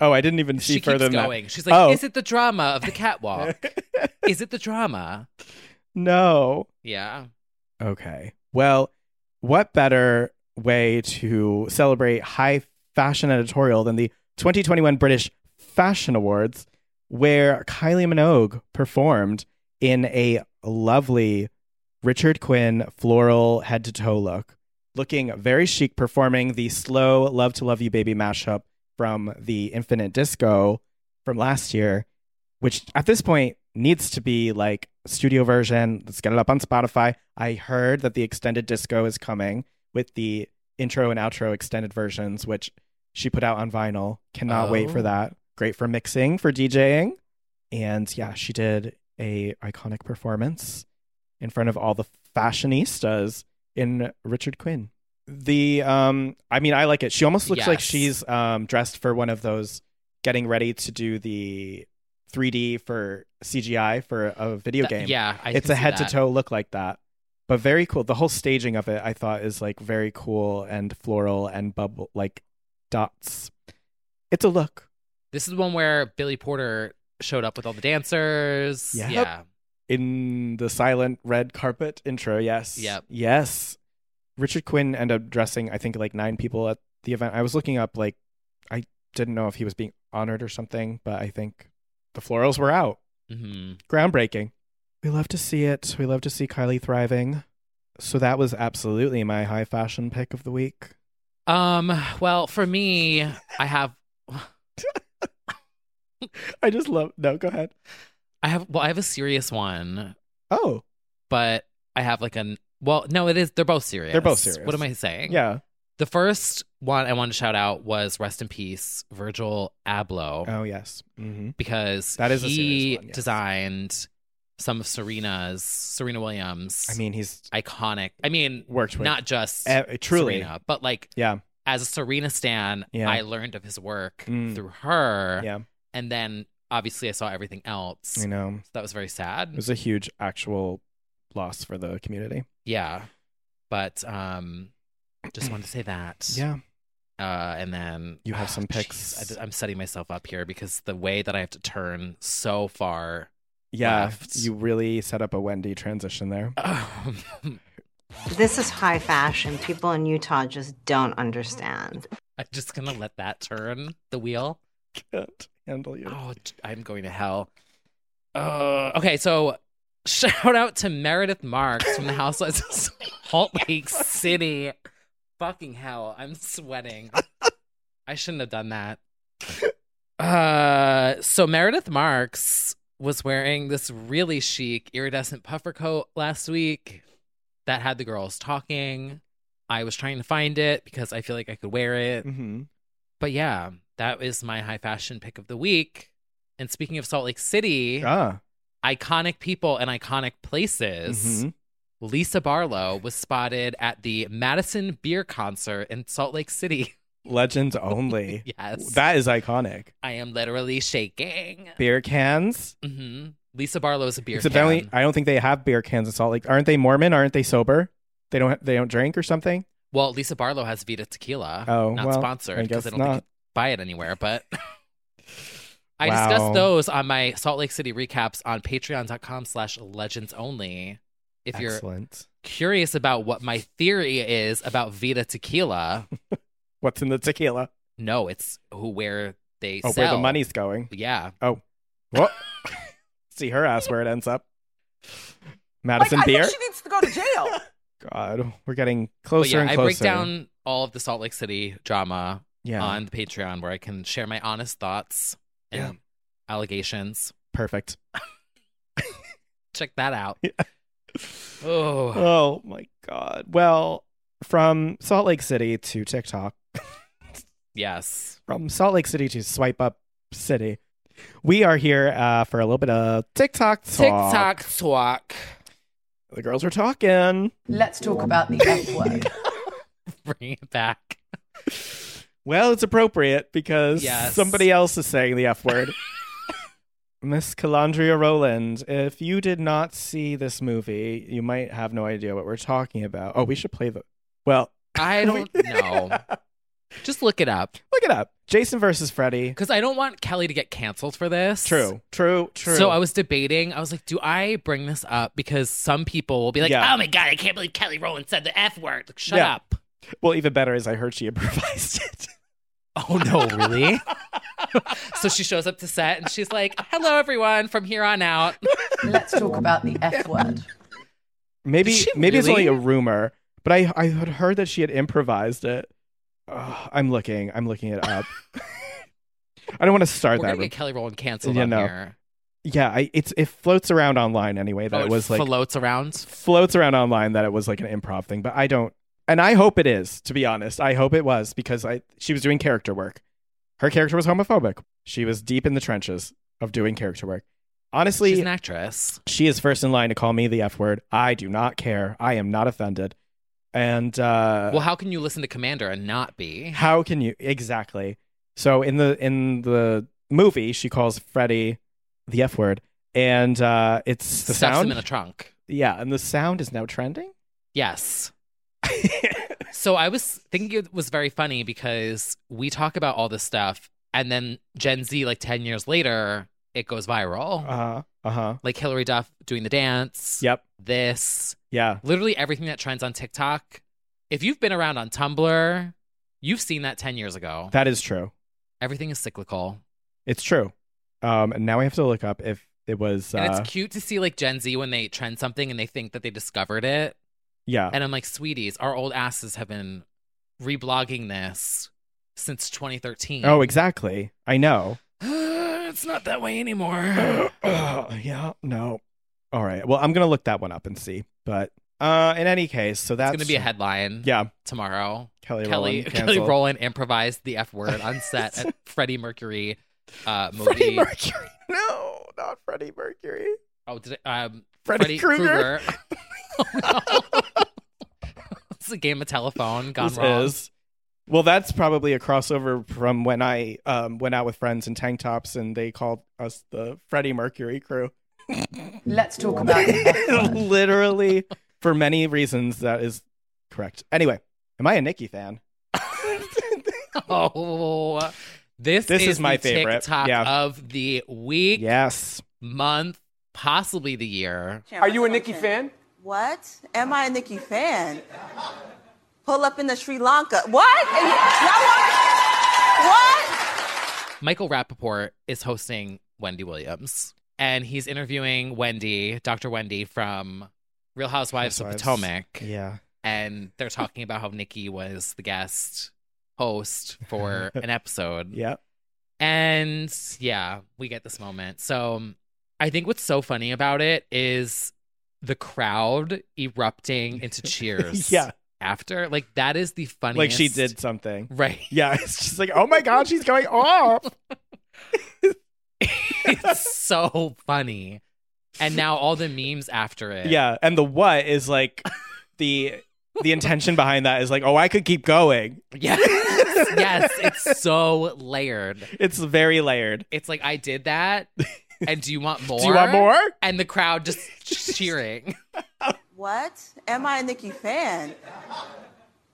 Oh, I didn't even
she
see
keeps
further than
going. She's like,
Oh.
"Is it the drama of the catwalk?
that.
is it the drama?"
no.
Yeah.
Okay. Well, what better way to celebrate high fashion editorial than the 2021 British Fashion Awards, where Kylie Minogue performed in a lovely Richard Quinn floral head to toe look, looking very chic, performing the slow Love to Love You Baby mashup from the Infinite Disco from last year, which at this point needs to be like studio version. Let's get it up on Spotify. I heard that the extended disco is coming with the intro and outro extended versions, which she put out on vinyl. Cannot wait
Oh.
for that. Great for mixing, for DJing. And yeah, she did a iconic performance in front of all the fashionistas in Richard Quinn. The um I mean I like it. She almost looks like
Yes.
she's um dressed for one of those getting ready to do the 3D for CGI for a video
Th-
game.
Yeah. I
it's
can
a
see
head to
that.
toe look like that. But very cool. The whole staging of it I thought is like very cool and floral and bubble like dots. It's a look.
This is one where Billy Porter showed up with all the dancers.
Yep.
Yeah.
in the silent red carpet intro. Yes.
Yep.
Yes. Richard Quinn ended up dressing, I think, like nine people at the event. I was looking up, like, I didn't know if he was being honored or something, but I think the florals were out.
hmm
Groundbreaking. We love to see it. We love to see Kylie thriving. So that was absolutely my high fashion pick of the week.
Um. Well, for me, I have.
I just love. No, go ahead.
I have. Well, I have a serious one,
Oh,
but I have like an. Well, no, it is. They're both serious.
both
What
serious.
am I saying?
yeah.
The first one I wanted to shout out was rest in peace, Virgil Abloh,
Oh, yes. hmm
because
That is a
he
serious one, yes.
designed some of Serena's Serena Williams.
I mean, he's
iconic. I mean,
worked with
not just
eh, truly.
Serena, but like
Yeah.
as a Serena stan,
Yeah.
I learned of his work
Mm.
through her,
Yeah.
and then obviously I saw everything else.
You know.
So that was very sad.
It was a huge actual loss for the community.
yeah, but um, just wanted to say that. Uh, and then
You have some
jeez,
picks.
I d- I'm setting myself up here because the way that I have to turn so far.
Yeah.
Left.
You really set up a Wendy transition there.
um,
This is high fashion. People in Utah just don't understand.
I'm just gonna let that turn the wheel.
Can't handle you.
Oh, j- I'm going to hell. Uh, okay, so shout out to Meredith Marks from the Housewives of Salt Lake City. Fucking hell, I'm sweating. I shouldn't have done that. Uh, so Meredith Marks was wearing this really chic iridescent puffer coat last week that had the girls talking. I was trying to find it because I feel like I could wear it.
Mm-hmm.
But yeah, that is my high fashion pick of the week. And speaking of Salt Lake City,
Ah.
iconic people and iconic places,
mhm.
Lisa Barlow was spotted at the Madison Beer Concert in Salt Lake City.
Legends only.
yes.
That is iconic.
I am literally shaking.
Beer cans.
hmm Lisa Barlow is a beer
Except
fan.
I, only- I don't think they have beer cans in Salt Lake. Aren't they Mormon? Aren't they sober? They don't. They don't drink or something.
well, Lisa Barlow has Vita Tequila.
Oh,
Uh, not
well, I
sponsored because
guess
I, don't
not.
think you can buy it anywhere, but. I
Wow.
discussed those on my Salt Lake City recaps on patreon.com slash legends only. If you're
Excellent.
curious about what my theory is about Vita Tequila.
What's in the tequila?
No, it's who where they
Oh,
sell.
where the money's going.
Yeah,
What? See her ass where it ends up.
Like,
Madison
I
beer.
think she needs to go to jail.
God, we're getting
but
closer
yeah,
and
I
closer.
break down all of the Salt Lake City drama
Yeah.
on the Patreon where I can share my honest thoughts and
Yeah.
allegations.
Perfect.
Check that out. Oh,
Oh my God. Well, from Salt Lake City to TikTok,
yes.
from Salt Lake City to Swipe Up City, we are here uh, for a little bit of TikTok talk.
TikTok talk.
The girls were talking.
Let's talk about the F word.
Bring it back.
Well, it's appropriate because
Yes.
somebody else is saying the F word. Miss Calandria Rowland, if you did not see this movie, you might have no idea what we're talking about. Oh, we should play the. Well,
I don't know. Just look it up
look it up. Jason versus Freddy.
because I don't want Kelly to get canceled for this.
True, true, true.
So I was debating. I was like, do I bring this up? Because some people will be like,
Yeah.
oh my God, I can't believe Kelly Rowland said the F word. Like, shut
Yeah.
up.
Well, even better is I heard she improvised it.
Oh no, really? so she shows up to set and she's like, hello, everyone, from here on out.
Let's talk about the F word.
Maybe,
Did she
maybe it's only
really?
a rumor, but I I had heard that she had improvised it. Ugh, I'm looking, I'm looking it up. I don't want to
We're
start
going
that.
to get Kelly Rowland canceled
You
on
know,
here.
yeah, I, it's it floats around online anyway. That
Oh,
it was like
floats around.
floats around online that it was like an improv thing, but I don't. And I hope it is. To be honest, I hope it was because I she was doing character work. Her character was homophobic. She was deep in the trenches of doing character work. Honestly,
She's an actress.
she is first in line to call me the F word. I do not care. I am not offended. And uh,
well, how can you listen to Commander and not be?
how can you exactly? So in the in the movie, she calls Freddy the F word, and uh, it's the
Stuffs him
sound.
in a trunk.
yeah, and the sound is now trending.
Yes. so I was thinking it was very funny because we talk about all this stuff, and then Gen Z, like 10 years later, it goes viral.
Uh huh. Uh huh.
like Hillary Duff doing the dance.
Yep.
This.
Yeah.
literally everything that trends on TikTok. If you've been around on Tumblr, you've seen that 10 years ago.
That is true.
everything is cyclical.
It's true. Um, and now we have to look up if it was.
and
Uh,
it's cute to see like Gen Z when they trend something and they think that they discovered it.
yeah.
And I'm like, sweeties, our old asses have been reblogging this since 2013.
Oh, exactly. I know.
it's not that way anymore.
yeah. No. All right. Well, I'm gonna look that one up and see. But uh, in any case, so
It's
that's
going to be a headline
Yeah,
tomorrow.
Kelly.
Kelly,
Rowland
Kelly
canceled.
Rowland improvised the F word on set at Freddie Mercury uh, movie.
Freddie Mercury. No, not Freddie Mercury.
Oh, did it, um, Freddy,
Freddy Krueger.
Krueger. oh, no. it's a game of telephone gone
This
wrong.
is- Well, that's probably a crossover from when I um, went out with friends in tank tops and they called us the Freddie Mercury crew.
Let's talk about the F word.
Literally, for many reasons, that is correct. Anyway, am I a Nicki fan?
Oh, this,
This is
the
my favorite.
TikTok
Yeah.
of the week,
yes.
month, possibly the year.
Are you a Nikki fan? What? Am I a Nikki fan? Pull up in the Sri Lanka. What? Y'all want- What?
Michael Rappaport is hosting Wendy Williams, and he's interviewing Wendy, Dr. Wendy from Real Housewives,
Housewives.
of Potomac.
Yeah.
And they're talking about how Nikki was the guest host for an episode.
Yeah.
And yeah, we get this moment. So um, I think what's so funny about it is the crowd erupting into cheers.
Yeah.
After, like, that is the funniest.
Like she did something.
Right.
Yeah. It's just like, oh my God, she's going off.
it's so funny. And now all the memes after it.
Yeah. And the what is like the the intention behind that is like, oh, I could keep going.
Yes. yes. It's so layered.
It's very layered.
It's like, I did that. And do you want more?
Do you want more?
And the crowd just cheering.
What? Am I a Nikki fan?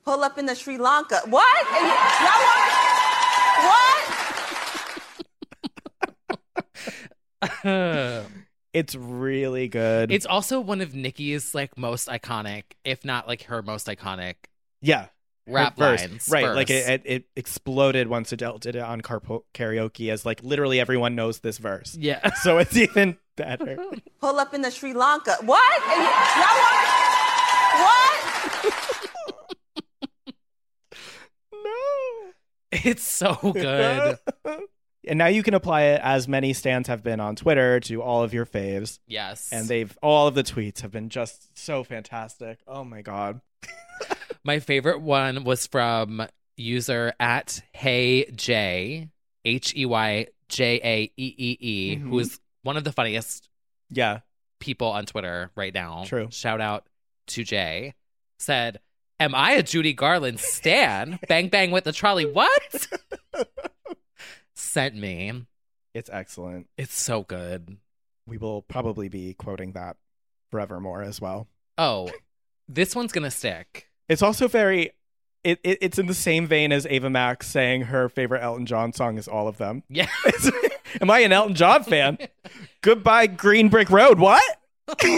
Pull up in the Sri Lanka. What? Y'all want- What?
It's really good.
It's also one of Nikki's like most iconic, if not like her most iconic
yeah.
rap
verse.
lines.
Right. Like
verse.
it, it, it exploded once Adele did it on carpo- karaoke as like literally everyone knows this verse.
yeah.
So it's even better.
Pull up in the Sri Lanka. What? Y'all want- What?
no.
It's so good.
and now you can apply it as many stands have been on Twitter to all of your faves.
Yes.
And they've all of the tweets have been just so fantastic. Oh my god.
My favorite one was from user at Hey J H E Y J A E E E, who
Mhm.
is one of the funniest
Yeah.
people on Twitter right now.
True.
Shout out to Jay. Said, "Am I a Judy Garland stan? bang bang with the trolley. What?" Sent me.
It's excellent.
It's so good.
We will probably be quoting that forevermore as well.
Oh, this one's gonna stick.
It's also very it, it it's in the same vein as Ava Max saying her favorite Elton John song is all of them.
Yeah.
Am I an Elton John fan? Goodbye Green Brick Road. What?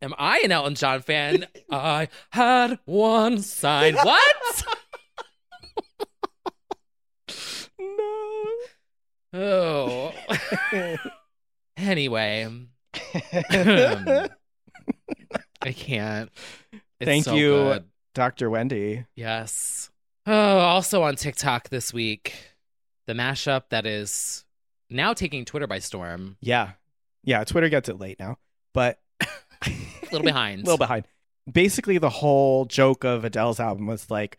Am I an Elton John fan? I had one sign. What?
No.
Oh. anyway, I
Thank
can't. It's so
you,
good.
Dr. Wendy.
Yes. Oh, also on TikTok this week, the mashup that is now taking Twitter by storm.
Yeah. Yeah, Twitter gets it late now, but a
A little behind.
little behind. Basically, the whole joke of Adele's album was like,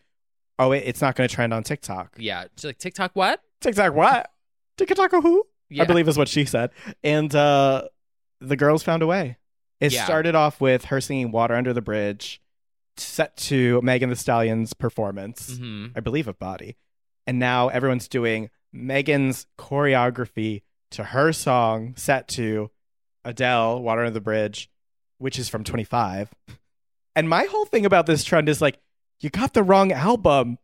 oh, it, it's not going to trend on TikTok.
Yeah. She's like, TikTok what?
TikTok what? TikTok who?
Yeah.
I believe is what she said. And uh, the girls found a way. It
Yeah.
started off with her singing Water Under the Bridge, set to Megan the Stallion's performance.
hmm
I believe, of Body. And now everyone's doing Megan's choreography to her song set to Adele, Water Under the Bridge, which is from 25. And my whole thing about this trend is like, you got the wrong album.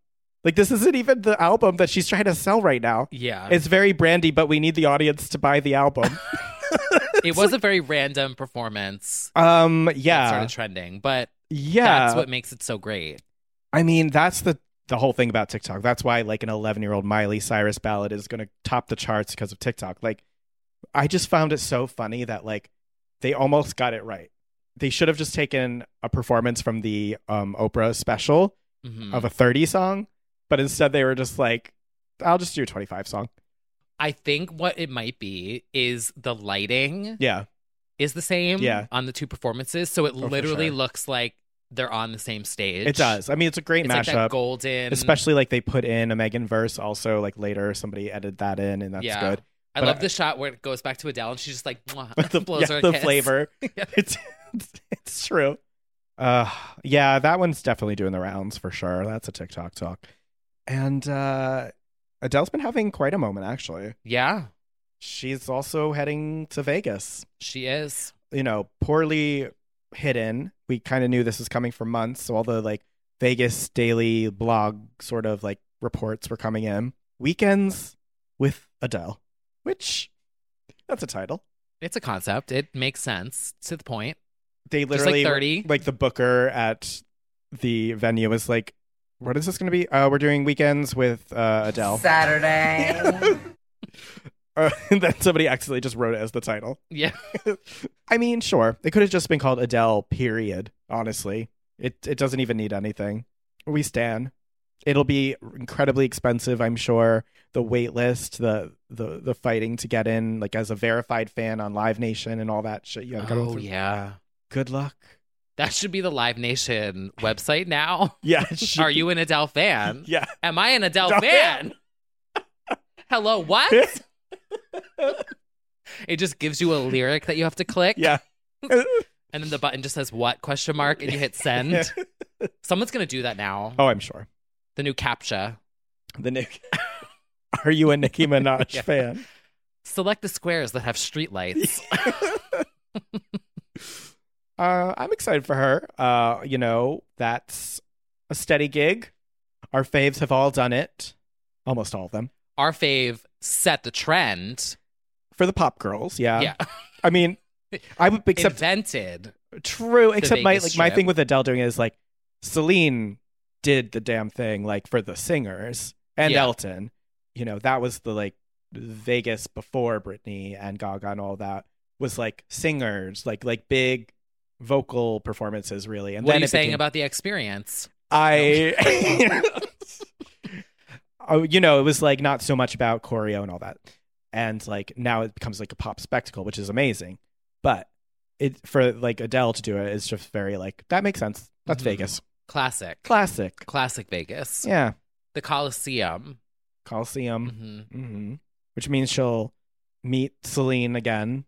Like, this isn't even the album that she's trying to sell right now.
Yeah.
It's very brandy, but we need the audience to buy the album.
it was a very random performance.
um,
That
yeah.
started trending, but
Yeah.
that's what makes it so great.
I mean, that's the the whole thing about TikTok. That's why like an 11 year old Miley Cyrus ballad is going to top the charts because of TikTok. Like, I just found it so funny that like they almost got it right. They should have just taken a performance from the um, Oprah special
Mhm.
of a 30 song, but instead they were just like, I'll just do a 25 song.
I think what it might be is the lighting
Yeah.
is the same
Yeah. Oh,
on the two performances. So it
for
literally
sure.
looks like they're on the same stage.
It does. I mean, it's a great
It's like
mashup.
that golden.
Especially like they put in a Megan verse also, like later somebody edited that in, and that's
Yeah.
good.
I
but
love
I-
the shot where it goes back to Adele and she's just like, Mwah,
But the,
blows
yeah,
her a
the
kiss.
flavor.
Yeah.
it's, it's it's true. Uh yeah, that one's definitely doing the rounds for sure. That's a TikTok talk. And uh Adele's been having quite a moment actually.
Yeah,
She's also heading to Vegas.
she is.
You know, poorly hidden. We kind of knew this was coming for months, so all the like Vegas daily blog sort of like reports were coming in. Weekends with Adele, which that's a title.
It's a concept. It makes sense to the point.
they
like
literally
30.
like the booker at the venue was like what is this going to be uh, we're doing weekends with uh, adele
Saturday.
Uh, and then somebody accidentally just wrote it as the title
Yeah.
i mean sure it could have just been called adele period honestly it, it doesn't even need anything we stan it'll be incredibly expensive i'm sure the wait list the, the the fighting to get in like as a verified fan on live nation and all that shit you gotta go
Oh,
through
yeah.
good luck
That should be the Live Nation website now.
yeah it should
Are
be-
you an Adele fan?
yeah
Am I an Adele
Adele
fan? Hello, what? it just gives you a lyric that you have to click.
Yeah.
And then the button just says what question mark and you hit
Yeah.
send. Someone's gonna do that now.
Oh, I'm sure.
The new captcha.
The Nick. Are you a Nicki Minaj
Yeah.
fan?
Select the squares that have streetlights.
Uh, I'm excited for her. Uh, you know, that's a steady gig. Our faves have all done it. Almost all of them.
Our fave set the trend.
For the pop girls, yeah.
yeah.
I mean, I would except
Invented.
true, except my
Vegas
like my
Strip.
thing with Adele doing it is like Celine did the damn thing like for the singers and
Yeah.
Elton. You know, that was the like Vegas before Britney and Gaga and all that was like singers, like like big vocal performances really. And
what
then
are you
it
saying
became-
about the experience?
I oh, you know, it was like not so much about choreo and all that. And like now it becomes like a pop spectacle, which is amazing. But it for like Adele to do it is just very like that makes sense. That's
Mhm.
Vegas.
Classic.
Classic.
Classic Vegas.
Yeah.
The Coliseum.
Coliseum.
hmm
hmm Which means she'll meet Celine again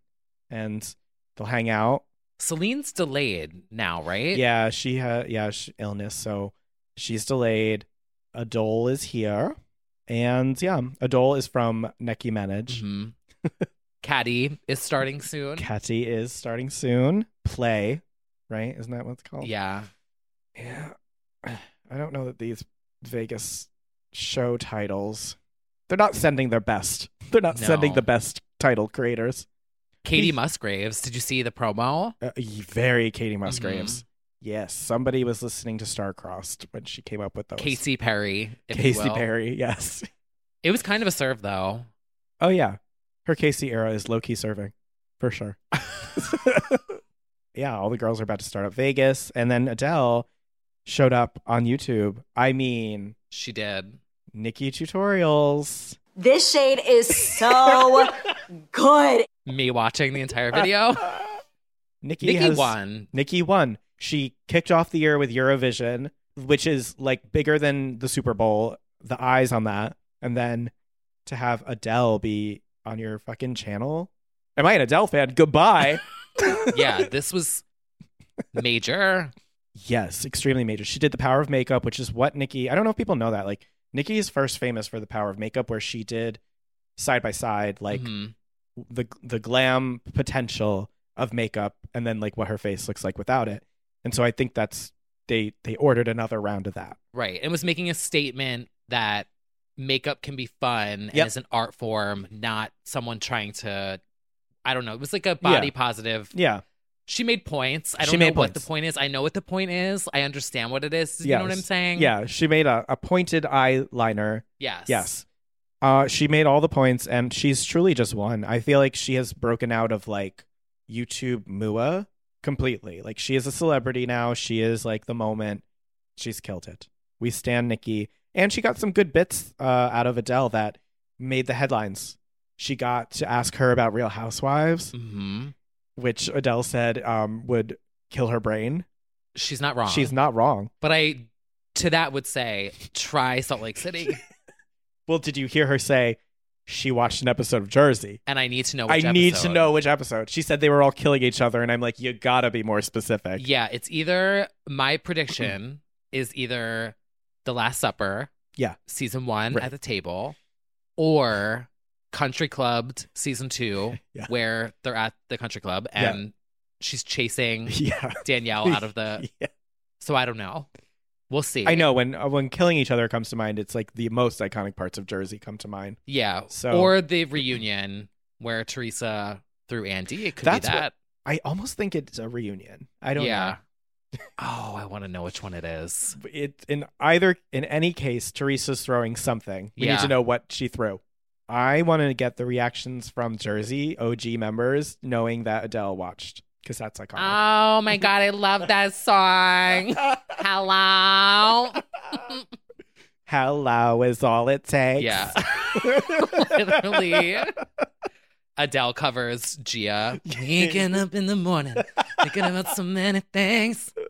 and they'll hang out.
Celine's delayed now, right?
Yeah, she had yeah, she, illness, so she's delayed. Adole is here. And yeah, Adole is from Neki Manage.
hmm Caddy is starting soon.
Catty is starting soon. Play, right? Isn't that what it's called?
Yeah.
Yeah. I don't know that these Vegas show titles they're not sending their best. They're not sending
No.
the best title creators.
Katie Musgraves. Did you see the promo?
Uh, y- very Katie Musgraves.
Mm-hmm.
Yes, somebody was listening to Starcrossed when she came up with those.
Casey Perry. If you
Casey
will.
Perry, yes.
It was kind of a serve though.
Oh yeah, her Casey era is low key serving for sure. yeah, all the girls are about to start up Vegas, and then Adele showed up on YouTube. I mean,
She did.
Nikki tutorials.
This shade is so good.
Me watching the entire video.
Nikki,
Nikki
has,
won.
Nikki won. She kicked off the year with Eurovision, which is like bigger than the Super Bowl. The eyes on that, and then to have Adele be on your fucking channel. Am I an Adele fan? Goodbye.
yeah, this was major.
Yes, extremely major. She did The Power of Makeup, which is what Nikki, I don't know if people know that. Like, Nikki is first famous for The Power of Makeup, where she did side by side, like
Mhm.
the the glam potential of makeup and then like what her face looks like without it. And so I think that's they they ordered another round of that.
Right. It was making a statement that makeup can be fun and
Yep.
is an art form, not someone trying to I don't know. It was like a body
Yeah.
positive.
Yeah.
She made points. I
She
don't know
made
what the
points.
point is. I know what the point is. I understand what it is. You know what I'm
Yes.
saying?
Yeah, she made a, a pointed eyeliner.
Yes.
Yes. Uh, she made all the points and she's truly just one. I feel like she has broken out of like YouTube Mua completely. Like she is a celebrity now. She is like the moment. She's killed it. We stand Nikki. And she got some good bits uh, out of Adele that made the headlines. She got to ask her about Real Housewives,
hmm
which Adele said um, would kill her brain.
She's not wrong.
She's not wrong.
But I to that would say try Salt Lake City.
Well, did you hear her say she watched an episode of Jersey?
and I need to know
I
which
need to
episode.
know which episode. She said they were all killing each other, and I'm like, you gotta be more specific.
Yeah, it's either my prediction is either The Last Supper,
Yeah.
season one
Right.
at the table, or Country Clubbed season two,
Yeah.
where they're at the country club
Yeah.
and she's chasing
Yeah.
Danielle out of the.
Yeah.
So I don't know. We'll see.
I know when uh, when killing each other comes to mind, it's like the most iconic parts of Jersey come to mind.
Yeah.
So-
or the reunion where Teresa threw Andy. It could
That's
be
what-
that.
I almost think it's a reunion. I don't
yeah. oh, I want to know which one it is.
know. It in either in any case, Teresa's throwing something. We
Yeah.
need to know what she threw. I wanted to get the reactions from Jersey OG members knowing that Adele watched because that's iconic.
Oh my god, I love that song. Hello.
Hello is all it takes.
Yeah. Literally. Adele covers Gia. Waking up in the morning, thinking about so many things.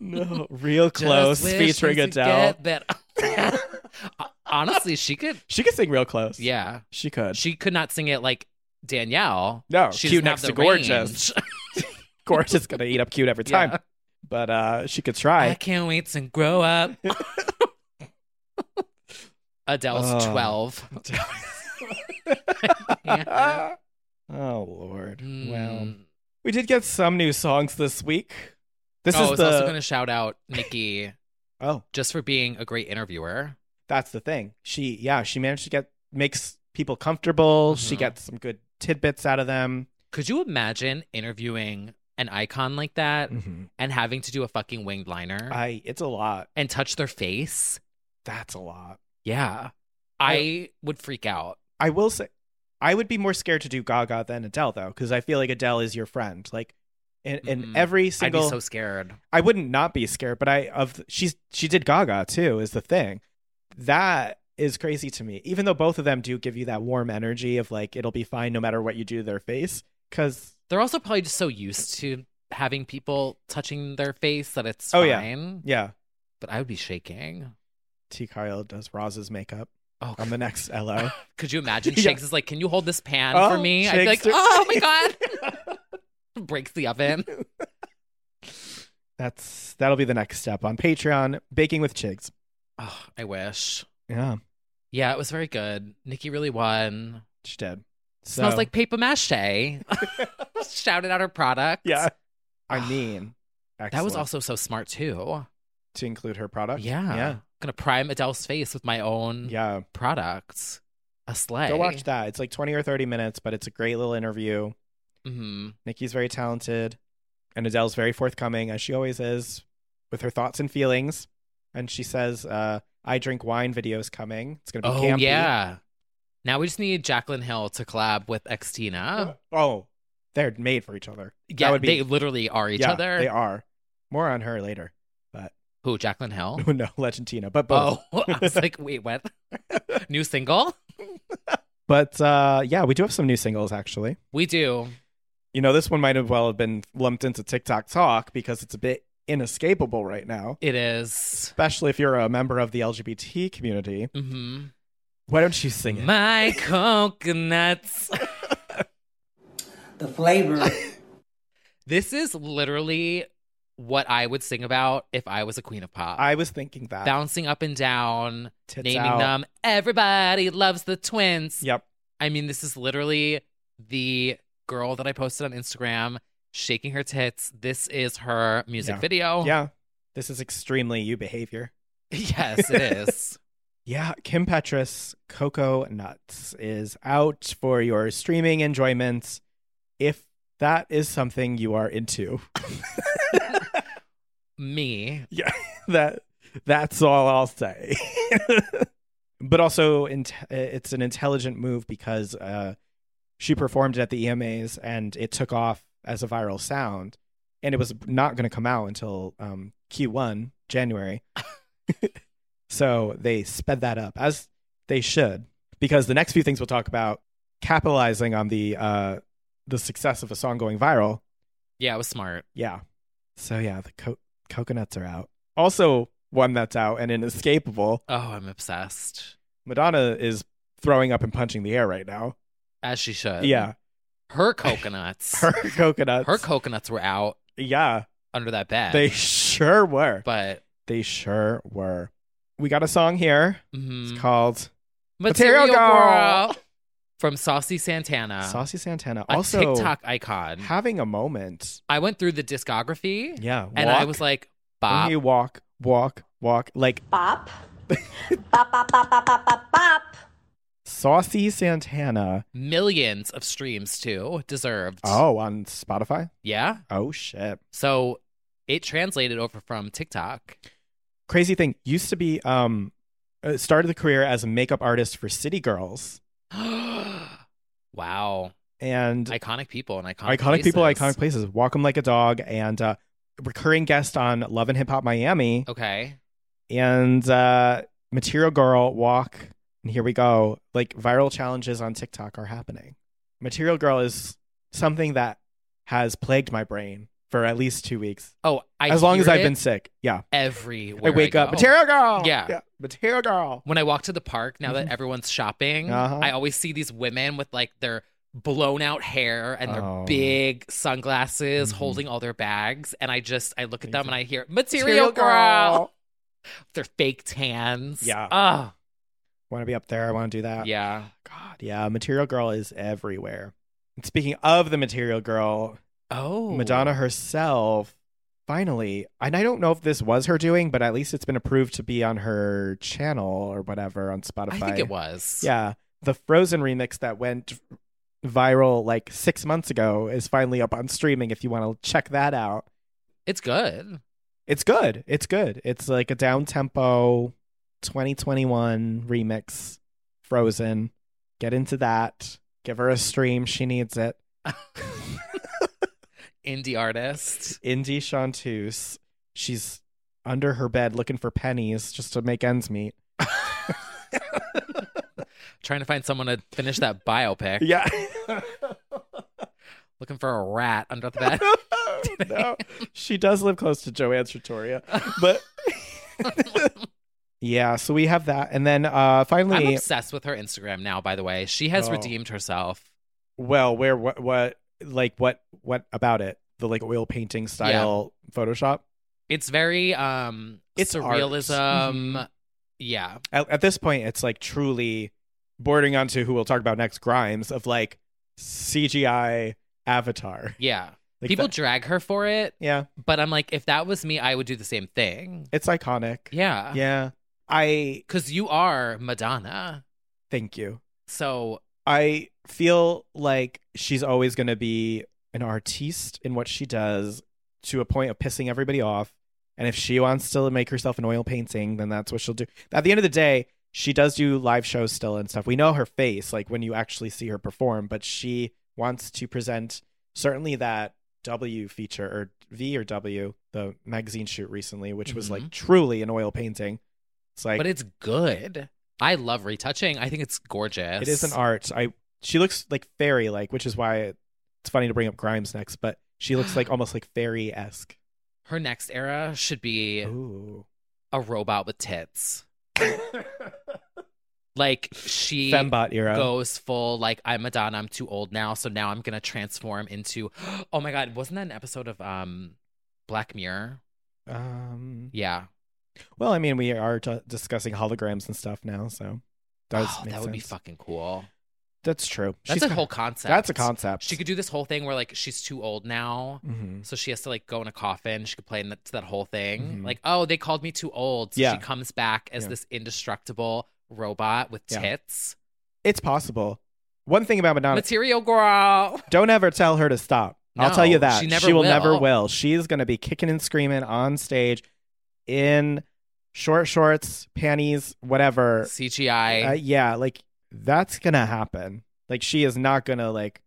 No, real
Just
close
wish
featuring
things would
Adele.
get better. Honestly, she could.
She could sing real close.
Yeah,
she could.
she could not sing it like Danielle.
no,
She
cute
doesn't have
next
the
to gorgeous.
range.
gorgeous gonna eat up cute every time.
Yeah.
But uh, she could
I
try.
can't wait to grow up. Adele's
Oh.
twelve.
oh Lord. Well,
Mm.
we did get some new songs this week. This
oh, I
is
was
the
also going to shout out Nikki
oh,
just for being a great interviewer.
that's the thing. She yeah, she managed to get makes people comfortable. She
Mhm.
gets some good tidbits out of them.
Could you imagine interviewing an icon like that and having to do a fucking winged liner
Mm. I it's a lot.
and touch their face?
That's a lot.
Yeah. I,
I-
would freak out.
I will say, I would be more scared to do Gaga than Adele though, because I feel like Adele is your friend. Like, in, in
Mhm.
every
I'd
single,
be so scared.
I wouldn't not be scared, but I of she's she did Gaga too is the thing that is crazy to me. Even though both of them do give you that warm energy of like it'll be fine no matter what you do to their face, because
They're also probably just so used to having people touching their face that it's
Oh, yeah.
fine.
yeah,
But I would be shaking. Oh,
T. Kyle does Roz's makeup on the next LO.
Could you imagine?
Yeah.
Shakes is like, can you hold this pan
Oh,
for me? I'd be like,
Shakes-
oh my God. Breaks the oven.
That's that'll be the next step on Patreon, baking with Chigs.
Oh, I wish.
Yeah,
Yeah, it was very good. Nikki really won.
she did.
Smells
So-
like paper mache. Shouted out her product.
Yeah. I mean,
That was
excellent.
also so smart too.
to include her product.
Yeah.
yeah,
Gonna prime Adele's face with my own
yeah.
products. A sleigh.
Go watch that. It's like twenty or thirty minutes, but it's a great little interview.
hmm
Nikki's very talented, and Adele's very forthcoming, as she always is, with her thoughts and feelings. And she says, uh, "I drink wine." Videos coming. It's gonna be
Oh
campy.
yeah. Now we just need Jaclyn Hill to collab with Xtina.
Oh, they're made for each other. That
Yeah,
would be-
they literally are each
Yeah,
other.
They are. More on her later. But
Who, Jaclyn Hill?
no, Legendina, but both.
Oh, I was like, wait, what? New single?
But uh, yeah, we do have some new singles actually.
We do.
You know, this one might have well have been lumped into TikTok talk because it's a bit inescapable right now,
It is.
especially if you're a member of the LGBT community.
Mm-hmm.
Why don't you sing it?
My coconuts.
The flavor.
This is literally what I would sing about if I was a queen of pop.
I was thinking that.
Bouncing up and down,
Tits
naming
out.
them. Everybody loves the twins.
Yep.
I mean, this is literally the girl that I posted on Instagram shaking her tits. This is her music
Yeah.
video.
Yeah. This is extremely you behavior.
Yes, it is.
Yeah, Kim Petras, Coco Nuts is out for your streaming enjoyment. If that is something you are into,
Me.
yeah, that that's all I'll say. but also, int- it's an intelligent move because uh, she performed it at the EMAs and it took off as a viral sound, and it was not going to come out until um, Q1 January. So they sped that up as they should, because the next few things we'll talk about capitalizing on the uh, the success of a song going viral.
Yeah, it was smart.
Yeah. So yeah, the co- coconuts are out. Also, one that's out and inescapable.
Oh, I'm obsessed.
Madonna is throwing up and punching the air right now.
As she should.
Yeah,
Her coconuts.
her coconuts.
Uh, her coconuts were out
yeah,
under that bed.
they sure were.
but
They sure were. We got a song here.
mhm.
It's called
Material,
Material
Girl.
Girl.
from Saucy Santana.
Saucy Santana.
Uh, a
Also,
TikTok icon.
having a moment.
I went through the discography
Yeah,
and I
walk.
was like,
When
Bob.
you walk, walk, walk, like
Bop. bop, bop, bop, bop, bop, bop, bop.
Saucy Santana.
Millions of streams too. Deserved.
Oh, on Spotify?
Yeah.
Oh, shit.
So it translated over from TikTok.
Crazy thing. Used to be, um, uh, started the career as a makeup artist for City Girls
wow.
and
Iconic people and iconic
iconic people,
places.
iconic places. Walk 'em like a dog and uh, recurring guest on Love and Hip Hop Miami
Okay.
and uh, Material Girl, Walk. And here we go. Like viral challenges on TikTok are happening. Material Girl is something that has plagued my brain for at least two weeks.
Oh, I
as long as
hear
I've
it
been sick. Yeah. I
everywhere.
wake up,
go.
material girl.
Yeah.
material girl.
When I walk to the park, now that everyone's shopping,
Mm-hmm. Uh-huh.
I always see these women with like their blown out hair and their
Oh. Mm-hmm.
big sunglasses holding all their bags. And I just, I look at them and I hear, Material,
Material
girl.
girl.
Their fake tans.
Yeah.
Oh,
Want to be up there? I want to do that.
yeah.
God, yeah. uh, Material girl is everywhere. And speaking of the material girl,
Oh.
Madonna herself finally, and I don't know if this was her doing, but at least it's been approved to be on her channel or whatever on Spotify.
I think it was.
Yeah, the Frozen remix that went viral like six months ago is finally up on streaming. If you want to check that out.
It's good.
It's good. It's good. It's like a down tempo 2021 remix, Frozen. Get into that. Give her a stream. She needs it.
Indie artist.
Indie Chanteuse. She's under her bed looking for pennies just to make ends meet.
trying to find someone to finish that biopic.
Yeah.
Looking for a rat under the bed.
no, she does live close to Joanne Trattoria, but yeah. So we have that, and then uh finally,
I'm obsessed with her Instagram now, by the way. She has
Oh.
redeemed herself.
well, where what what like what what about it? The like oil painting style Photoshop.
It's very um
It's art.
surrealism.
Mhm.
Yeah.
At, at this point, it's like truly bordering onto who we'll talk about next, Grimes of like CGI avatar.
Yeah.
Like
People
that-
drag her for it,
yeah,
but I'm like, if that was me, I would do the same thing.
it's iconic.
Yeah.
Yeah, I
Because you are Madonna.
thank you.
So
I feel like she's always going to be an artiste in what she does to a point of pissing everybody off. And if she wants to make herself an oil painting, then that's what she'll do. At the end of the day, she does do live shows still and stuff. We know her face, like when you actually see her perform, but she wants to present certainly that W feature or V or W, the magazine shoot recently, which was like truly an oil painting. It's like,
but it's good. I love retouching. I think it's gorgeous.
it is an art. I she looks like fairy like, which is why it's funny to bring up Grimes next, but she looks like almost like fairy esque.
Her next era should be
Ooh.
a robot with tits. like she
Fembot era.
goes full like I'm Madonna, I'm too old now, so now I'm gonna transform into oh my god, wasn't that an episode of um Black Mirror?
Um
Yeah.
well, I mean, we are t- discussing holograms and stuff now, so does
Oh,
make
that would be
sense.
fucking cool.
That's true.
That's
She's
a
got-
whole concept.
That's a concept.
She could do this whole thing where like she's too old now,
Mhm.
so she has to like go in a coffin. She could play into that whole thing,
Mhm.
like oh they called me too old. So
Yeah.
she comes back as
Yeah.
this indestructible robot with
Yeah.
tits.
It's possible. One thing about Madonna,
Material girl.
don't ever tell her to stop. I'll tell
No,
you that.
she never
will, never
will.
will. She is going to be kicking and screaming on stage in short shorts, panties, whatever.
CGI.
Uh, yeah, like that's gonna happen. Like she is not gonna like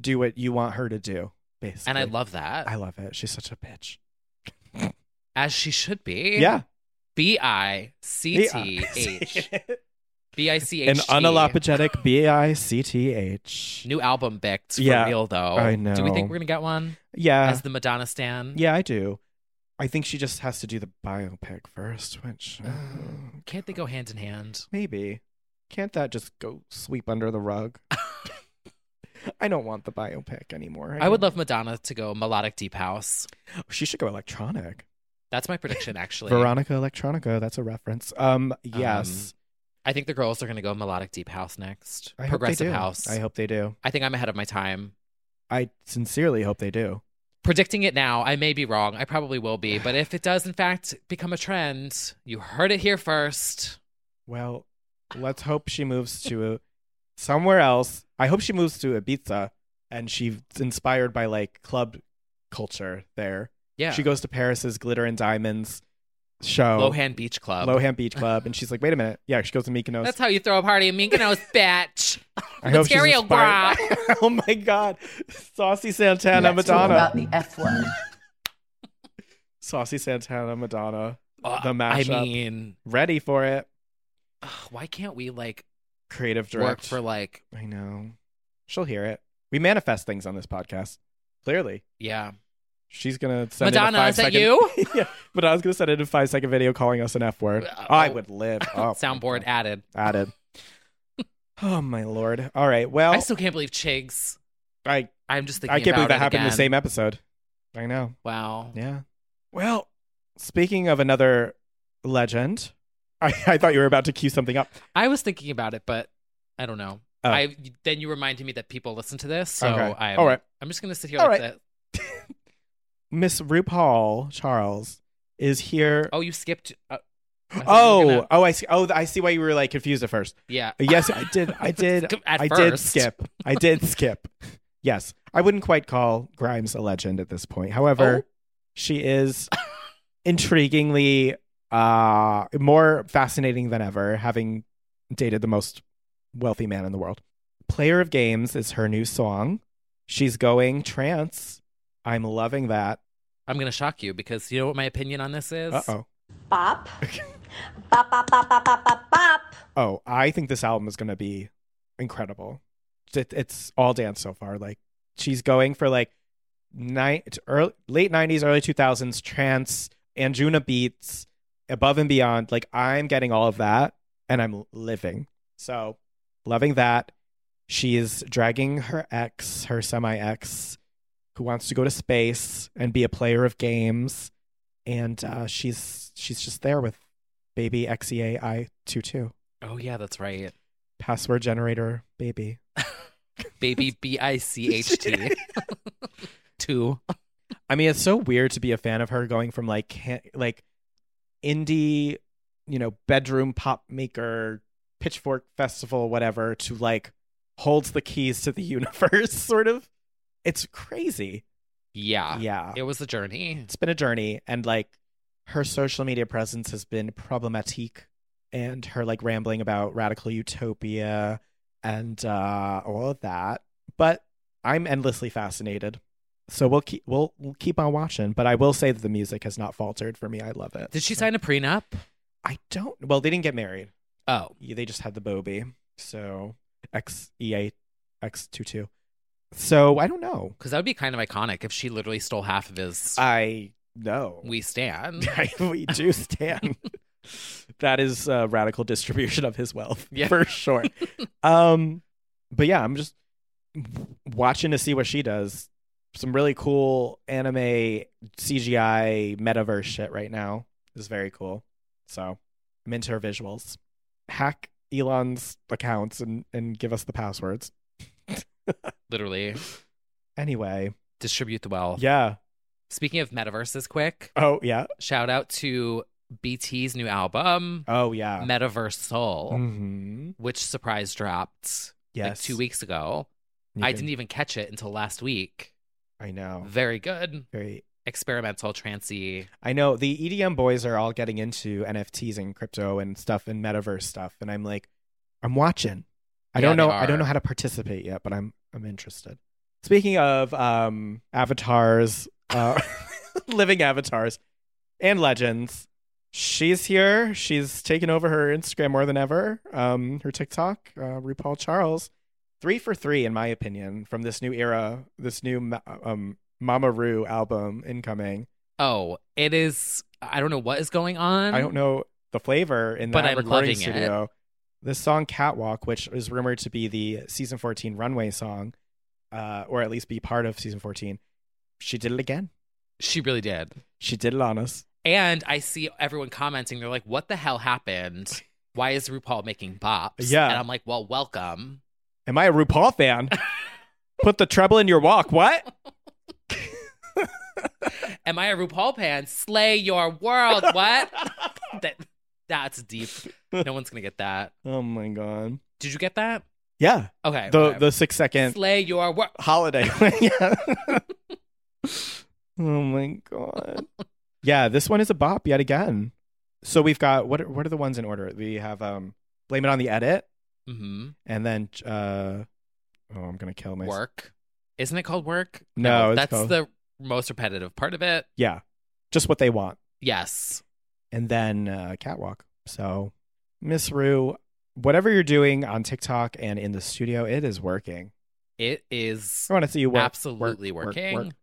do what you want her to do. Basically,
and I love that.
I love it. She's such a bitch.
as she should be.
Yeah,
B I C T H. B I C H.
an unapologetic B I C T H.
New album bicked for
Yeah,
real though.
I
Do we think
know.
we're gonna get one
Yeah,
as the Madonna stan?
yeah, I do. I think she just has to do the biopic first, which uh,
Can't they go hand in hand?
maybe can't that just go sweep under the rug? I don't want the biopic anymore.
I would
don't-
love Madonna to go melodic deep house.
She should go electronic.
That's my prediction, actually.
Veronica Electronica. That's a reference. Um, yes,
I think the girls are going to go melodic deep house next.
I hope they
Progressive
do.
house.
I hope they do.
I think I'm ahead of my time.
I sincerely hope they do.
Predicting it now, I may be wrong. I probably will be. But if it does, in fact, become a trend, you heard it here first.
Well, let's hope she moves to somewhere else. I hope she moves to Ibiza, and she's inspired by like club culture there.
Yeah.
She goes to Paris's Glitter and Diamonds show,
Lohan Beach Club.
Lohan Beach Club, and she's like, "Wait a minute, yeah." She goes to Mykonos.
That's how you throw a party in Mykonos, bitch.
I hope she's
Material
inspired- oh my God, Saucy Santana,
Let's talk
Madonna,
about the F word.
Saucy Santana, Madonna.
Uh,
the mashup.
I mean,
Ready for it.
ugh, why can't we like
creative
work
direct.
for like,
I know. She'll hear it. We manifest things on this podcast. Clearly,
yeah.
she's gonna send in a
Madonna, is that
five-second-
you?
yeah, Madonna's gonna send in a five second video calling us an F word.
Uh,
I
oh.
would live. Oh,
Soundboard added.
added. Oh my lord! All right. Well,
I still can't believe Chigs.
I
I'm just thinking
I can't believe
about
that
it
happened in the
again.
same episode. I know.
Wow.
Yeah. Well, speaking of another legend, I, I thought you were about to cue something up.
I was thinking about it, but I don't know.
Oh.
I then you reminded me that people listen to this, so
Okay.
I'm
All right.
I'm just gonna sit here
All
like
right.
that.
Miss RuPaul Charles is here
Oh, you skipped. Uh, I thought you
Oh,
were gonna-
oh, I see. Oh, I see why you were like confused at first.
yeah.
Yes, I did. I did.
At
I did
first.
skip. I did skip. Yes, I wouldn't quite call Grimes a legend at this point.
Oh.
However, she is intriguingly uh, more fascinating than ever, having dated the most wealthy man in the world. Player of Games is her new song. She's going trance. I'm loving that.
I'm gonna shock you because you know what my opinion on this is.
Uh oh.
Bop. bop, bop, bop, bop, bop, bop, bop.
Oh, I think this album is going to be incredible. It, it's all dance so far. Like she's going for like night early late nineties, early two thousands trance, Anjuna beats, above and beyond. Like I'm getting all of that, and I'm living. So loving that. She is dragging her ex, her semi ex, who wants to go to space and be a player of games, and uh, she's she's just there with baby xeai two two
Oh yeah, that's right.
password generator baby.
Baby B I C H T. Two.
I mean, it's so weird to be a fan of her going from like can- like indie, you know, bedroom pop maker, pitchfork festival, whatever, to like holds the keys to the universe. Sort of, it's crazy.
Yeah.
Yeah,
Ah, It was a journey.
it's been a journey, and like her social media presence has been problematic, and her like rambling about radical utopia and uh, all of that. But I'm endlessly fascinated. So we'll keep we'll, we'll keep on watching, but I will say that the music has not faltered for me. I love it.
Did she sign a prenup?
I don't. Well, they didn't get married.
Oh.
Yeah, they just had the Bobby. So X E A X two two. So I don't know.
Because that would be kind of iconic if she literally stole half of his
I know.
We Stand.
we do stand. that is a radical distribution of his wealth
Yeah.
for sure. um, but yeah, I'm just watching to see what she does. Some really cool anime CGI metaverse shit right now is very cool. So I'm into her visuals. Hack Elon's accounts and and give us the passwords.
Literally.
Anyway,
Distribute the wealth.
yeah.
Speaking of metaverses, quick,
Oh yeah.
shout out to BT's new album,
Oh yeah.
Metaverse Soul,
hmm
which surprise dropped like
Yes.
two weeks ago.
You
I
can- Oh.
didn't even catch it until last week.
I know.
Very good.
Very
Experimental, trancey.
I know the EDM boys are all getting into NFTs and crypto and stuff and metaverse stuff, and I'm like, I'm watching. I
Yeah,
don't know.
they
I don't
are.
know how to participate yet, but I'm I'm interested. Speaking of um, avatars, uh, living avatars, and legends, she's here. She's taken over her Instagram more than ever. Um, her TikTok, uh, RuPaul Charles, three for three in my opinion from this new era, this new ma- um, Mama Ru album incoming.
Oh, it is. I don't know what is going on.
I don't know the flavor in
But
that
I'm loving
recording
it.
studio. This song "Catwalk," which is rumored to be the season 14 runway song, uh, or at least be part of season 14, she did it again.
She really did.
She did it on us.
And I see everyone commenting. They're like, what the hell happened? Why is RuPaul making bops?
Yeah.
And I'm like, well, welcome.
Am I a RuPaul fan? Put the treble in your walk. What?
Am I a RuPaul fan? Slay your world. What? that, that's deep. No one's going to get that.
Oh my god.
Did you get that?
Yeah.
Okay.
the
okay.
the six second
Slay your world.
holiday. yeah. oh my god. Yeah, this one is a bop yet again. So we've got what? Are, what are the ones in order? We have um, blame it on the edit,
hmm
and then uh, oh, I'm gonna kill myself.
Work. Isn't it called work?
No, it's
that's
called-
the most repetitive part of it.
Yeah, just what they want,
Yes.
and then uh, catwalk. So Miss Rue, whatever you're doing on TikTok and in the studio, it is working.
It is
I want to see you work.
absolutely working.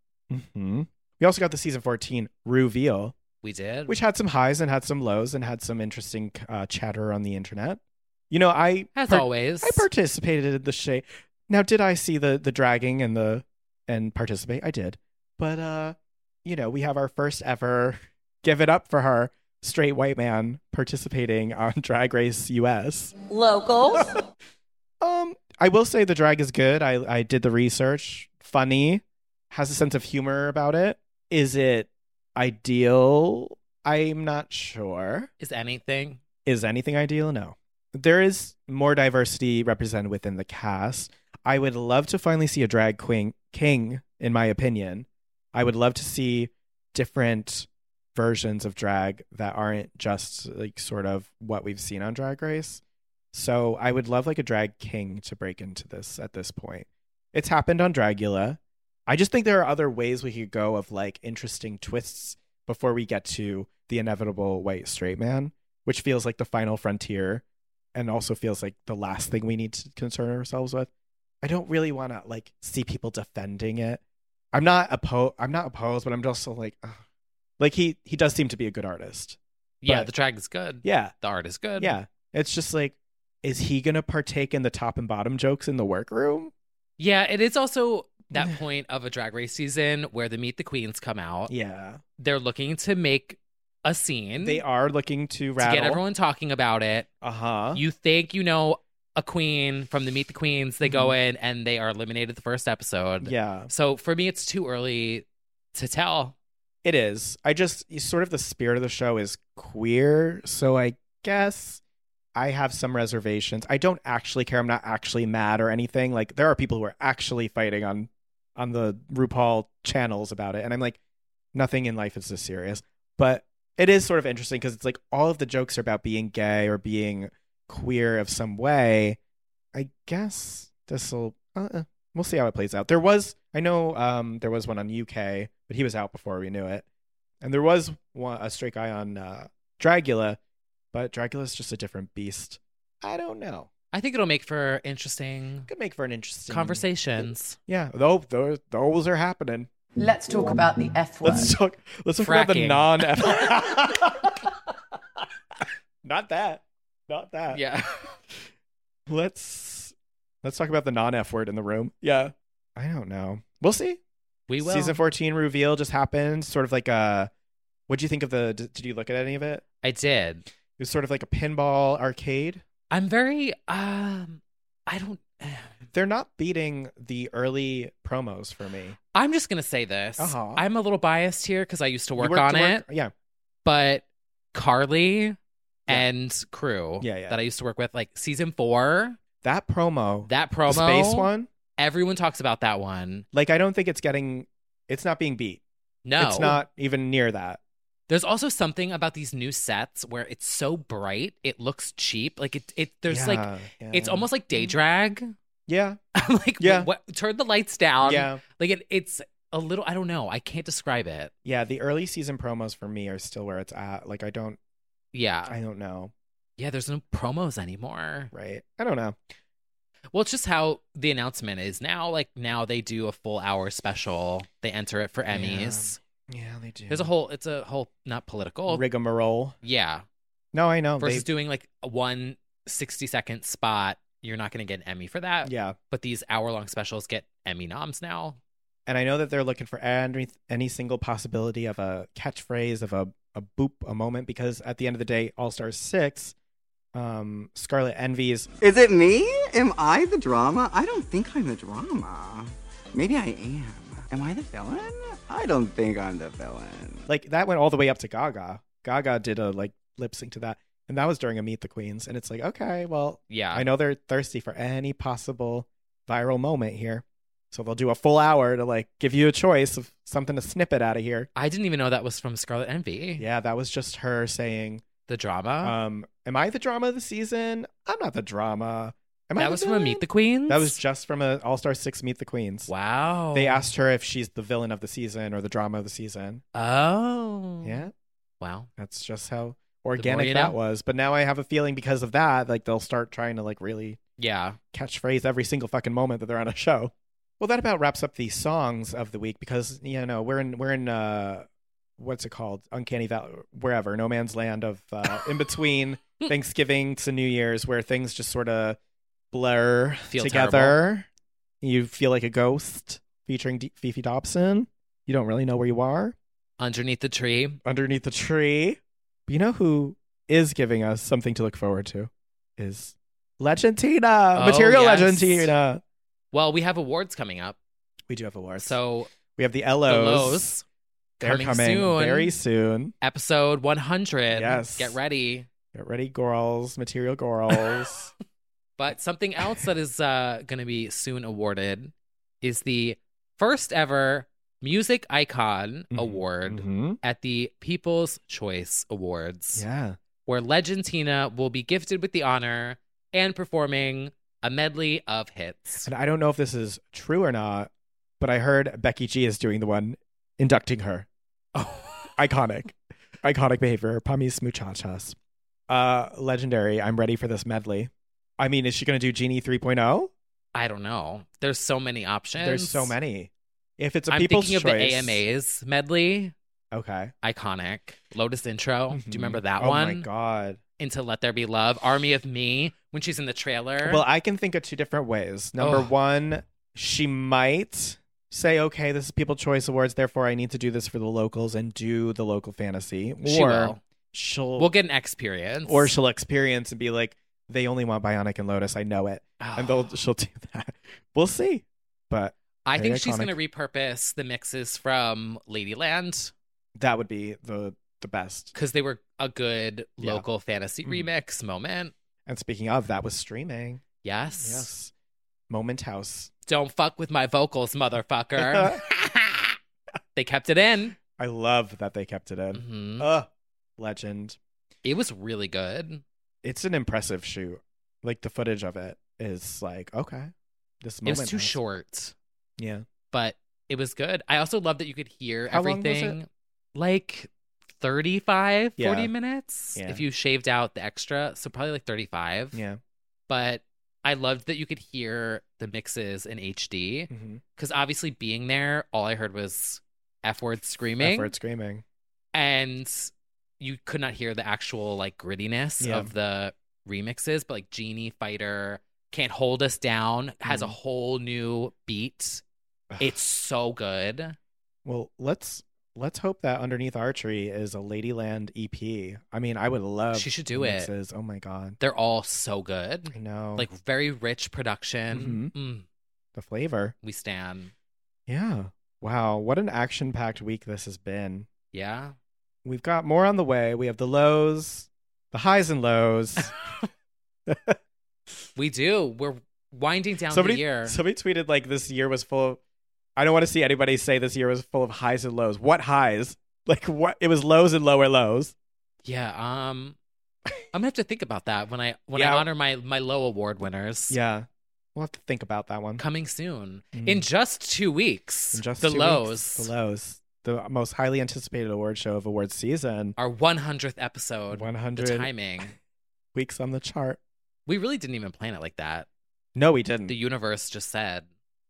hmm We also got the season 14 reveal.
We did.
which had some highs and had some lows and had some interesting uh, chatter on the internet. You know, I
as
par-
always.
I participated in the shade. Now, did I see the the dragging and the and participate? I did, but uh, you know, we have our first ever give it up for her straight white man participating on Drag Race US.
Locals.
Um, I will say the drag is good. I I did the research. Funny, has a sense of humor about it. Is it ideal? I'm not sure.
is anything.
Is anything ideal? No. There is more diversity represented within the cast. I would love to finally see a drag queen king, in my opinion. I would love to see different versions of drag that aren't just like sort of what we've seen on Drag Race. So I would love like a drag king to break into this at this point. It's happened on Dragula. I just think there are other ways we could go of like interesting twists before we get to the inevitable white straight man which feels like the final frontier and also feels like the last thing we need to concern ourselves with. I don't really want to like see people defending it. I'm not opposed. I'm not opposed, but I'm just like, ugh. like he he does seem to be a good artist.
Yeah,
But-
the track is good.
yeah,
The art is good.
yeah. It's just like, is he gonna partake in the top and bottom jokes in the workroom?
Yeah, it is also that point of a drag race season where the Meet the Queens come out.
Yeah,
They're looking to make a scene.
they are looking to
mm. to
rattle.
get everyone talking about it.
Uh huh.
You think you know a queen from the Meet the Queens, they go in and they are eliminated the first episode.
Mm-hmm. Yeah,
So for me it's too early to tell.
it is. I just sort of the spirit of the show is queer, so I guess I have some reservations. I don't actually care. I'm not actually mad or anything. Like there are people who are actually fighting on on the RuPaul channels about it, and I'm like, nothing in life is this serious. But it is sort of interesting because it's like all of the jokes are about being gay or being queer of some way. I guess this will. Uh, we'll see how it plays out. There was, I know, um, there was one on UK, but he was out before we knew it, and there was one, a straight guy on uh, Dragula, but Dragula's just a different beast. I don't know.
I think it'll make for interesting
Could make for an interesting
conversations.
Yeah, though those those are happening.
Let's talk about the F word.
Let's talk. Let's talk about the
Fracking.
non F. Not that. Not that.
Yeah.
Let's let's talk about the non F word in the room. Yeah. I don't know. We'll see.
We will.
Season 14 reveal just happened. Sort of like a. What would you think of the? Did, did you look at any of it? It
I did.
was sort of like a pinball arcade.
I'm very um I don't
They're not beating the early promos for me.
I'm just gonna say this.
Uh-huh.
I'm a little biased here because I used to
You
work
worked
on
the
it,
work- Yeah.
but Carly and crew
Yeah, yeah.
that I used to work with, like season four,
That promo.
that
the
promo,
space one.
Everyone talks about that one.
Like I don't think it's getting. It's not being beat.
No,
It's not even near that.
There's also something about these new sets where it's so bright, it looks cheap. Like it, it there's like
Yeah, yeah.
it's almost like day drag.
yeah,
I'm like,
Yeah.
what? Turn the lights down.
yeah,
like it, it's a little. I don't know. I can't describe it.
yeah. The early season promos for me are still where it's at. Like I don't,
Yeah,
I don't know.
yeah. There's no promos anymore.
Right? I don't know.
Well, it's just how the announcement is now. Like now they do a full hour special. They enter it for
Yeah.
Emmys.
Yeah, they do.
There's a whole. It's a whole not political.
rigmarole.
yeah.
No, I know.
Versus
Oh, They,
doing like a one 60 second spot, you're not going to get an Emmy for that.
yeah,
But these hour long specials get Emmy noms now.
and I know that they're looking for any any single possibility of a catchphrase of a a boop a moment because at the end of the day, All Star Six, um, Scarlet Envy's
Is it me? Am I the drama? I don't think I'm the drama. Maybe I am. Am I the villain? I don't think I'm the villain.
like that went all the way up to Gaga. Gaga did a like lip sync to that, and that was during a Meet the Queens, and it's like okay, well,
Yeah.
I know they're thirsty for any possible viral moment here. So they'll do a full hour to like give you a choice of something to snip it out of here.
I didn't even know that was from Scarlet Envy.
Yeah, that was just her saying,
The drama.
um, am I the drama of the season? I'm not the drama. Am I
that
the
was from a
villain?"
Meet the Queens.
That was just from a All Star Six Meet the Queens.
Wow.
They asked her if she's the villain of the season or the drama of the season.
Oh.
Yeah.
Wow.
That's just how
you
organic that
know.
was. But now I have a feeling because of that, like they'll start trying to like really
Yeah.
catchphrase every single fucking moment that they're on a show. Well, that about wraps up the songs of the week because you know we're in we're in uh what's it called uncanny valley wherever no man's land of uh, in between Thanksgiving to New Year's where things just sort of blur
Feel
together. You feel like a ghost featuring D- Fifi Dobson. You don't really know where you are
Underneath the tree.
underneath the tree. But you know who is giving us something to look forward to is Legendina,
Oh,
Material
yes.
Legendina.
Well, we have awards coming up.
We do have awards.
So
we have the
the
Ellos.
Lows
They're
coming
coming,
soon.
very soon.
episode 100.
Yes.
Get ready.
Get ready, girls. Material girls.
But something else that is uh, going to be soon awarded is the first ever Music Icon
Mhm,
Award
Mhm.
at the People's Choice Awards,
Yeah.
where Legendina will be gifted with the honor and performing a medley of hits.
And I don't know if this is true or not, but I heard Becky G is doing the one
Oh.
inducting her. Iconic. Iconic behavior. Pamis muchachas. uh, legendary. I'm ready for this medley. I mean, is she going to do Genie 3.0?
I don't know. There's so many options.
There's so many. If it's a
I'm
people's
thinking of
choice,
the AMAs medley.
Okay.
Iconic. Lotus intro. Do you remember that
Oh
one?
my god.
Into Let There Be Love. Army of Me when she's in the trailer.
Well, I can think of two different ways. Number
Ugh.
one, she might say, "Okay, this is People Choice Awards, therefore I need to do this for the locals and do the local fantasy," or
She will.
she'll
we'll get an experience.
or she'll experience and be like, "They only want Bionic and Lotus. I know it,"
Ah,
and they'll she'll do that. We'll see, but
I
very
think she's
iconic.
going to repurpose the mixes from Ladyland
that would be the the best.
because they were a good
Yeah.
local fantasy
Mhm.
remix moment.
And speaking of, that was streaming.
Yes.
Yes. Moment House.
Don't fuck with my vocals, motherfucker. they kept it in.
I love that they kept it in.
Mhm.
Ugh, legend.
It was really good.
It's an impressive shoot. Like the footage of it is like okay. This
It was
moment
too
House.
short,
Yeah.
but it was good. I also love that you could hear
How long was it?
everything like 35,
Yeah.
40 minutes
Yeah.
if you shaved out the extra. So probably like 35.
Yeah.
But I loved that you could hear the mixes in HD
Mhm.
because obviously being there, all I heard was F word screaming.
Effort screaming.
and you could not hear the actual like grittiness
Yeah.
of the remixes, but like Genie Fighter Can't Hold Us Down has a
Mhm.
whole new beat. It's so good.
Well, let's let's hope that underneath archery is a Ladyland EP. I mean, I would love.
She should do it.
mixes. Oh my god,
They're all so good.
I know.
Like very rich
Mm-hmm.
production. Mm,
the flavor.
we stand.
Yeah. Wow, what an action-packed week this has been.
Yeah.
We've got more on the way. We have the lows, the highs and lows.
We do. We're winding down
somebody
the year.
somebody tweeted like this year was full of. I don't want to see anybody say this year was full of highs and lows. What highs? Like what? It was lows and lower lows.
yeah. Um I'm gonna have to think about that when I when
Yeah.
I honor my my low award winners.
Yeah, we'll have to think about that one.
Coming soon.
Mm.
In just two weeks.
In just
the
two weeks,
lows.
the lows. The most highly anticipated award show of award season.
our 100th episode.
100
The timing.
weeks on the chart.
We really didn't even plan it like that.
No, we didn't.
The universe just said,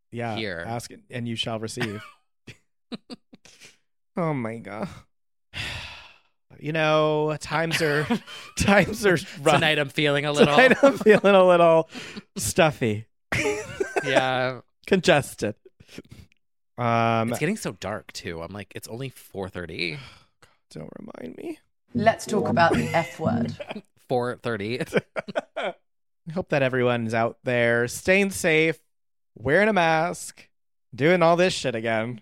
yeah.
here.
Ask and you shall receive. oh my god. You know, times are times are rough.
tonight I'm feeling a little.
Tonight I'm feeling a little stuffy,
yeah.
congested. Um,
It's getting so dark too. I'm like, it's only 4.30.
don't remind me.
Let's talk about the F word.
4.30.
I hope that everyone's out there staying safe, wearing a mask, doing all this shit again.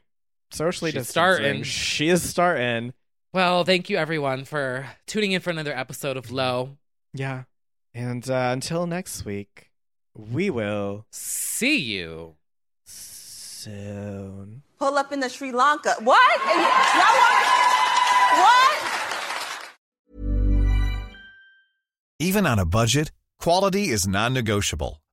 Socially
She's
distancing.
starting.
She is starting.
well, thank you everyone for tuning in for another episode of Low.
Yeah. And uh, until next week, we will
See you.
soon.
Pull up in the Sri Lanka. What? Y'all wanna- What?
Even on a budget, quality is non-negotiable.